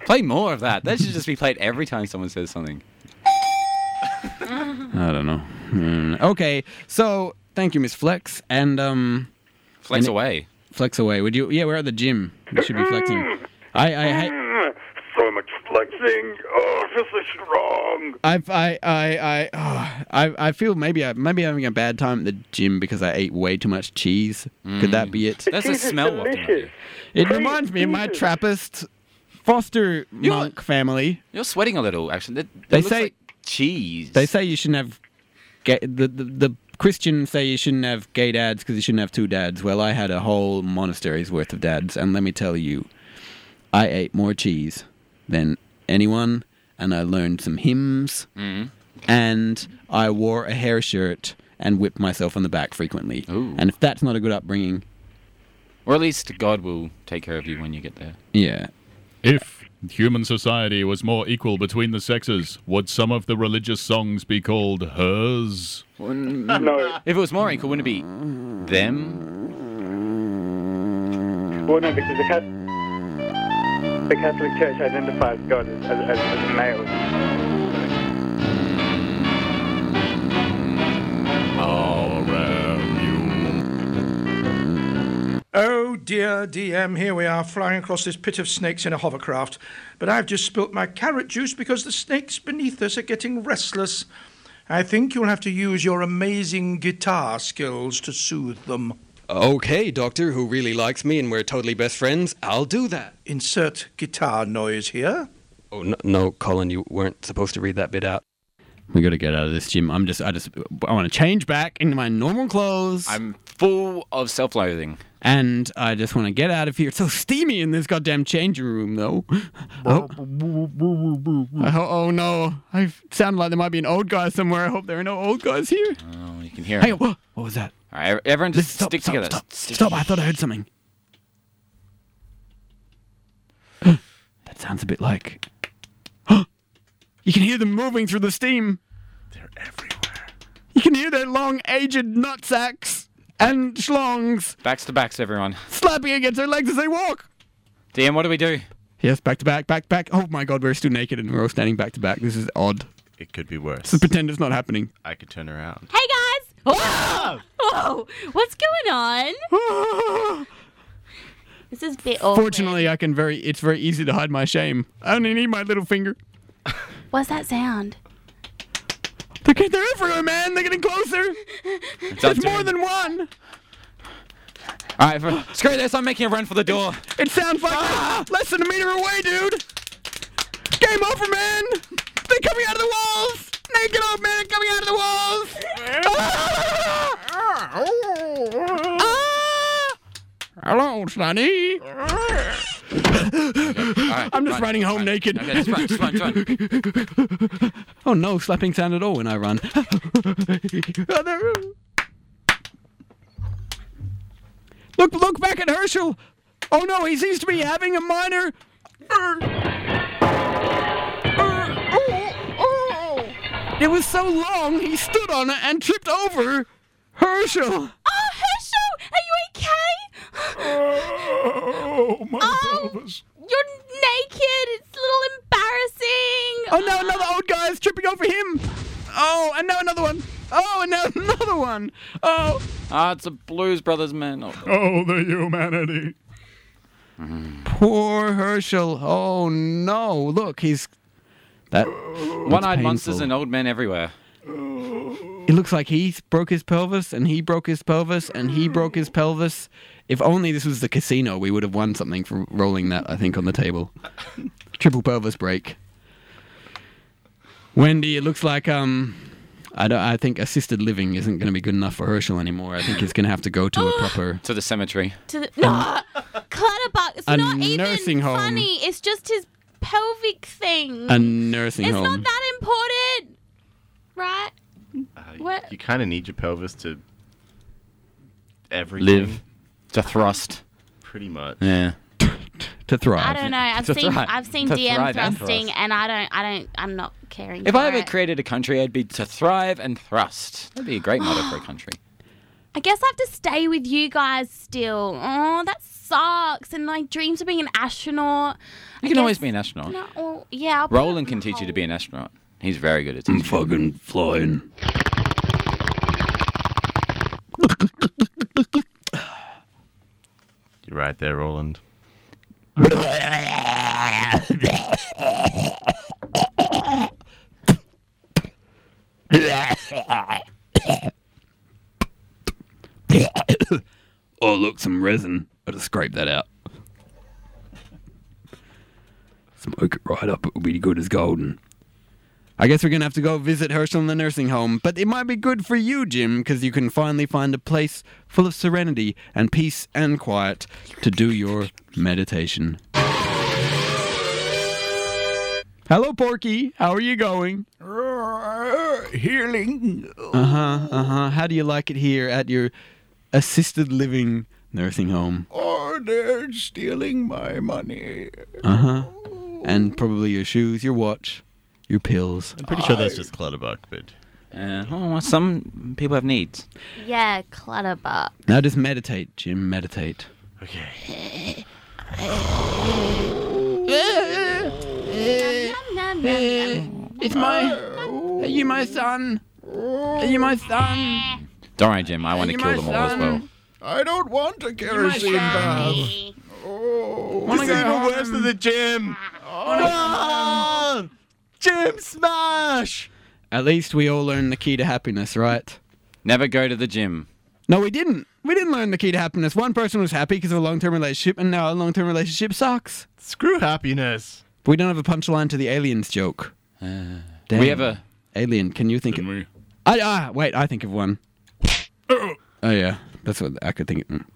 Speaker 2: Play more of that. That should just be played every time someone says something.
Speaker 1: I don't know. Mm, Okay, so thank you, Miss Flex, and um.
Speaker 2: Flex
Speaker 1: and-
Speaker 2: away.
Speaker 1: Flex away. Would you? Yeah, we're at the gym. We should be
Speaker 2: Mm.
Speaker 1: flexing. I I hate.
Speaker 13: So much flexing. Oh, I feel so strong.
Speaker 1: I I I I, oh, I I feel maybe I maybe I'm having a bad time at the gym because I ate way too much cheese. Could that be it?
Speaker 13: The cheese is delicious.
Speaker 1: It reminds me of my
Speaker 13: Jesus.
Speaker 1: Trappist foster monk family.
Speaker 2: You're sweating a little, actually. That, that
Speaker 1: They
Speaker 2: looks
Speaker 1: say
Speaker 2: like cheese.
Speaker 1: They say you shouldn't have gay, the, the the Christians say you shouldn't have gay dads because you shouldn't have two dads. Well, I had a whole monastery's worth of dads, and let me tell you, I ate more cheese than anyone, and I learned some hymns,
Speaker 14: Mm-hmm.
Speaker 2: Mhm.
Speaker 1: and I wore a hair shirt and whipped myself on the back frequently. And if that's not a good upbringing,
Speaker 2: Or at least God will take care of you when you get there.
Speaker 1: yeah.
Speaker 3: If human society was more equal between the sexes, would some of the religious songs be called hers?
Speaker 2: no. If it was more equal, wouldn't it be them?
Speaker 13: Well, no, because the, Cat- the Catholic Church identifies God as, as, as, as male.
Speaker 15: Oh dear DM, here we are flying across this pit of snakes in a hovercraft. But I've just spilt my carrot juice because the snakes beneath us are getting restless. I think you'll have to use your amazing guitar skills to soothe them.
Speaker 14: Okay, Doctor, who really likes me and we're totally best friends, I'll do that.
Speaker 15: Insert guitar noise here.
Speaker 14: Oh, no, no Colin, you weren't supposed to read that bit out.
Speaker 1: We got to get out of this gym. I'm just, I just, I want to change back into my normal clothes.
Speaker 2: I'm full of self-loathing.
Speaker 1: And I just want to get out of here. It's so steamy in this goddamn changing room, though. Oh, I ho- oh no. I sound like there might be an old guy somewhere. I hope there are no old guys here.
Speaker 2: Oh, you can hear
Speaker 1: Hang
Speaker 2: it.
Speaker 1: on. What was that?
Speaker 2: All right, e-, everyone just stick
Speaker 1: stop,
Speaker 2: together.
Speaker 1: Stop,
Speaker 2: Stick-
Speaker 1: stop. I thought I heard something. that sounds a bit like. you can hear them moving through the steam. They're everywhere. You can hear their long, aged nutsacks and schlongs
Speaker 2: Backs to backs, everyone.
Speaker 1: slapping against their legs as they walk.
Speaker 2: DM, what do we do?
Speaker 1: Yes, back to back, back to back. Oh my god, we're still naked and we're all standing back to back. This is odd.
Speaker 4: It could be worse.
Speaker 1: Let's pretend it's not happening.
Speaker 4: I could turn around.
Speaker 5: Hey guys!
Speaker 1: Ah!
Speaker 5: Whoa! Whoa! What's going on? this is a bit awkward.
Speaker 1: Fortunately, I can very. It's very easy to hide my shame. I only need my little finger.
Speaker 5: What's that sound?
Speaker 1: They're, get- they're everywhere, man. They're getting closer.
Speaker 2: up
Speaker 1: There's
Speaker 2: to
Speaker 1: more
Speaker 2: me.
Speaker 1: than one.
Speaker 2: All right, everyone- screw this. I'm making a run for the door.
Speaker 1: It sounds like less than a meter away, dude. Game over, man. They're coming out of the walls. Naked old man coming out of the walls. Ah. Hello, Sonny. I'm just
Speaker 11: run,
Speaker 1: running home naked.
Speaker 11: Okay, just run, just run,
Speaker 1: oh no, slapping sound at all when I run. look, look back at Herschel. Oh no, he seems to be having a minor.
Speaker 5: Oh,
Speaker 1: It was so long, he stood on it and tripped over Herschel.
Speaker 5: Oh, Herschel! Are you okay?
Speaker 3: Oh, my pelvis.
Speaker 5: Um, You're naked. It's a little embarrassing.
Speaker 1: Oh no, another old guy is tripping over him. Oh, and now another one. Oh, and now another one. Oh.
Speaker 2: Ah, it's a Blues Brothers man. Oh,
Speaker 3: Oh, the humanity.
Speaker 1: Poor Herschel. Oh no! Look, he's that
Speaker 2: One-eyed
Speaker 1: that's
Speaker 2: monsters
Speaker 1: painful.
Speaker 2: and old men everywhere.
Speaker 1: It looks like he broke his pelvis, and he broke his pelvis, and he broke his pelvis. If only this was the casino, we would have won something for rolling that. I think on the table, triple pelvis break. Wendy, it looks like um, I don't. I think assisted living isn't going to be good enough for Herschel anymore. I think he's going to have to go to a proper
Speaker 2: to the cemetery.
Speaker 5: To the, no, clutterbuck. It's
Speaker 1: A
Speaker 5: not
Speaker 1: nursing
Speaker 5: even
Speaker 1: home.
Speaker 5: funny. It's just his pelvic thing.
Speaker 1: a nursing
Speaker 5: it's
Speaker 1: home.
Speaker 5: not that important, right? What?
Speaker 4: Uh, You kind of need your pelvis to everything.
Speaker 2: Live to thrust.
Speaker 4: Pretty much.
Speaker 2: Yeah.
Speaker 1: to thrive.
Speaker 5: I don't know. I've
Speaker 2: To
Speaker 5: seen
Speaker 2: thrive.
Speaker 5: I've seen
Speaker 2: To
Speaker 5: DM
Speaker 2: thrive and
Speaker 5: thrusting, and I don't I don't I'm not caring.
Speaker 2: If
Speaker 5: for
Speaker 2: I ever
Speaker 5: it.
Speaker 2: created a country, I'd be to thrive and thrust. That'd be a great motto for a country.
Speaker 5: I guess I have to stay with you guys still. Oh, that sucks. And my dreams of being an astronaut.
Speaker 2: You
Speaker 5: I
Speaker 2: can always
Speaker 5: guess-
Speaker 2: be an astronaut.
Speaker 5: No, well, yeah. I'll put
Speaker 2: Roland can teach you to be an astronaut. He's very good at teaching.
Speaker 1: fucking flying.
Speaker 4: You're right there, Roland.
Speaker 1: oh, look, some resin. I just scrape that out. smoke it right up. It will be good as golden. I guess we're going to have to go visit Herschel in the nursing home, but it might be good for you, Jim, because you can finally find a place full of serenity and peace and quiet to do your meditation. Hello, Porky. How are you going?
Speaker 8: Uh, Healing.
Speaker 1: Uh huh, uh huh. How do you like it here at your assisted living nursing home?
Speaker 8: Oh, they're stealing my money.
Speaker 1: Uh huh. And probably your shoes, your watch, your pills.
Speaker 4: I'm pretty sure that's just clutterbuck, but
Speaker 2: Uh, oh, well, some people have needs.
Speaker 5: Yeah, clutterbuck.
Speaker 1: Now just meditate, Jim. Meditate.
Speaker 14: It's my. Are you my son? Are you my son?
Speaker 2: Don't worry, Jim. I want to
Speaker 14: You
Speaker 2: kill
Speaker 14: my
Speaker 2: them all as well.
Speaker 8: I don't want a kerosene bath. Oh,
Speaker 4: This is even worse than the gym. Run! Gym smash!
Speaker 1: At least we all learned the key to happiness, right?
Speaker 2: Never go to the gym.
Speaker 1: No, we didn't. We didn't learn the key to happiness. One person was happy because of a long term relationship, and now a long term relationship sucks.
Speaker 4: Screw happiness.
Speaker 1: But we don't have a punchline to the aliens joke. Damn.
Speaker 2: Uh, we have a
Speaker 1: Alien, can you think of. I, ah, wait, I think of one. oh, yeah. That's what I could think of.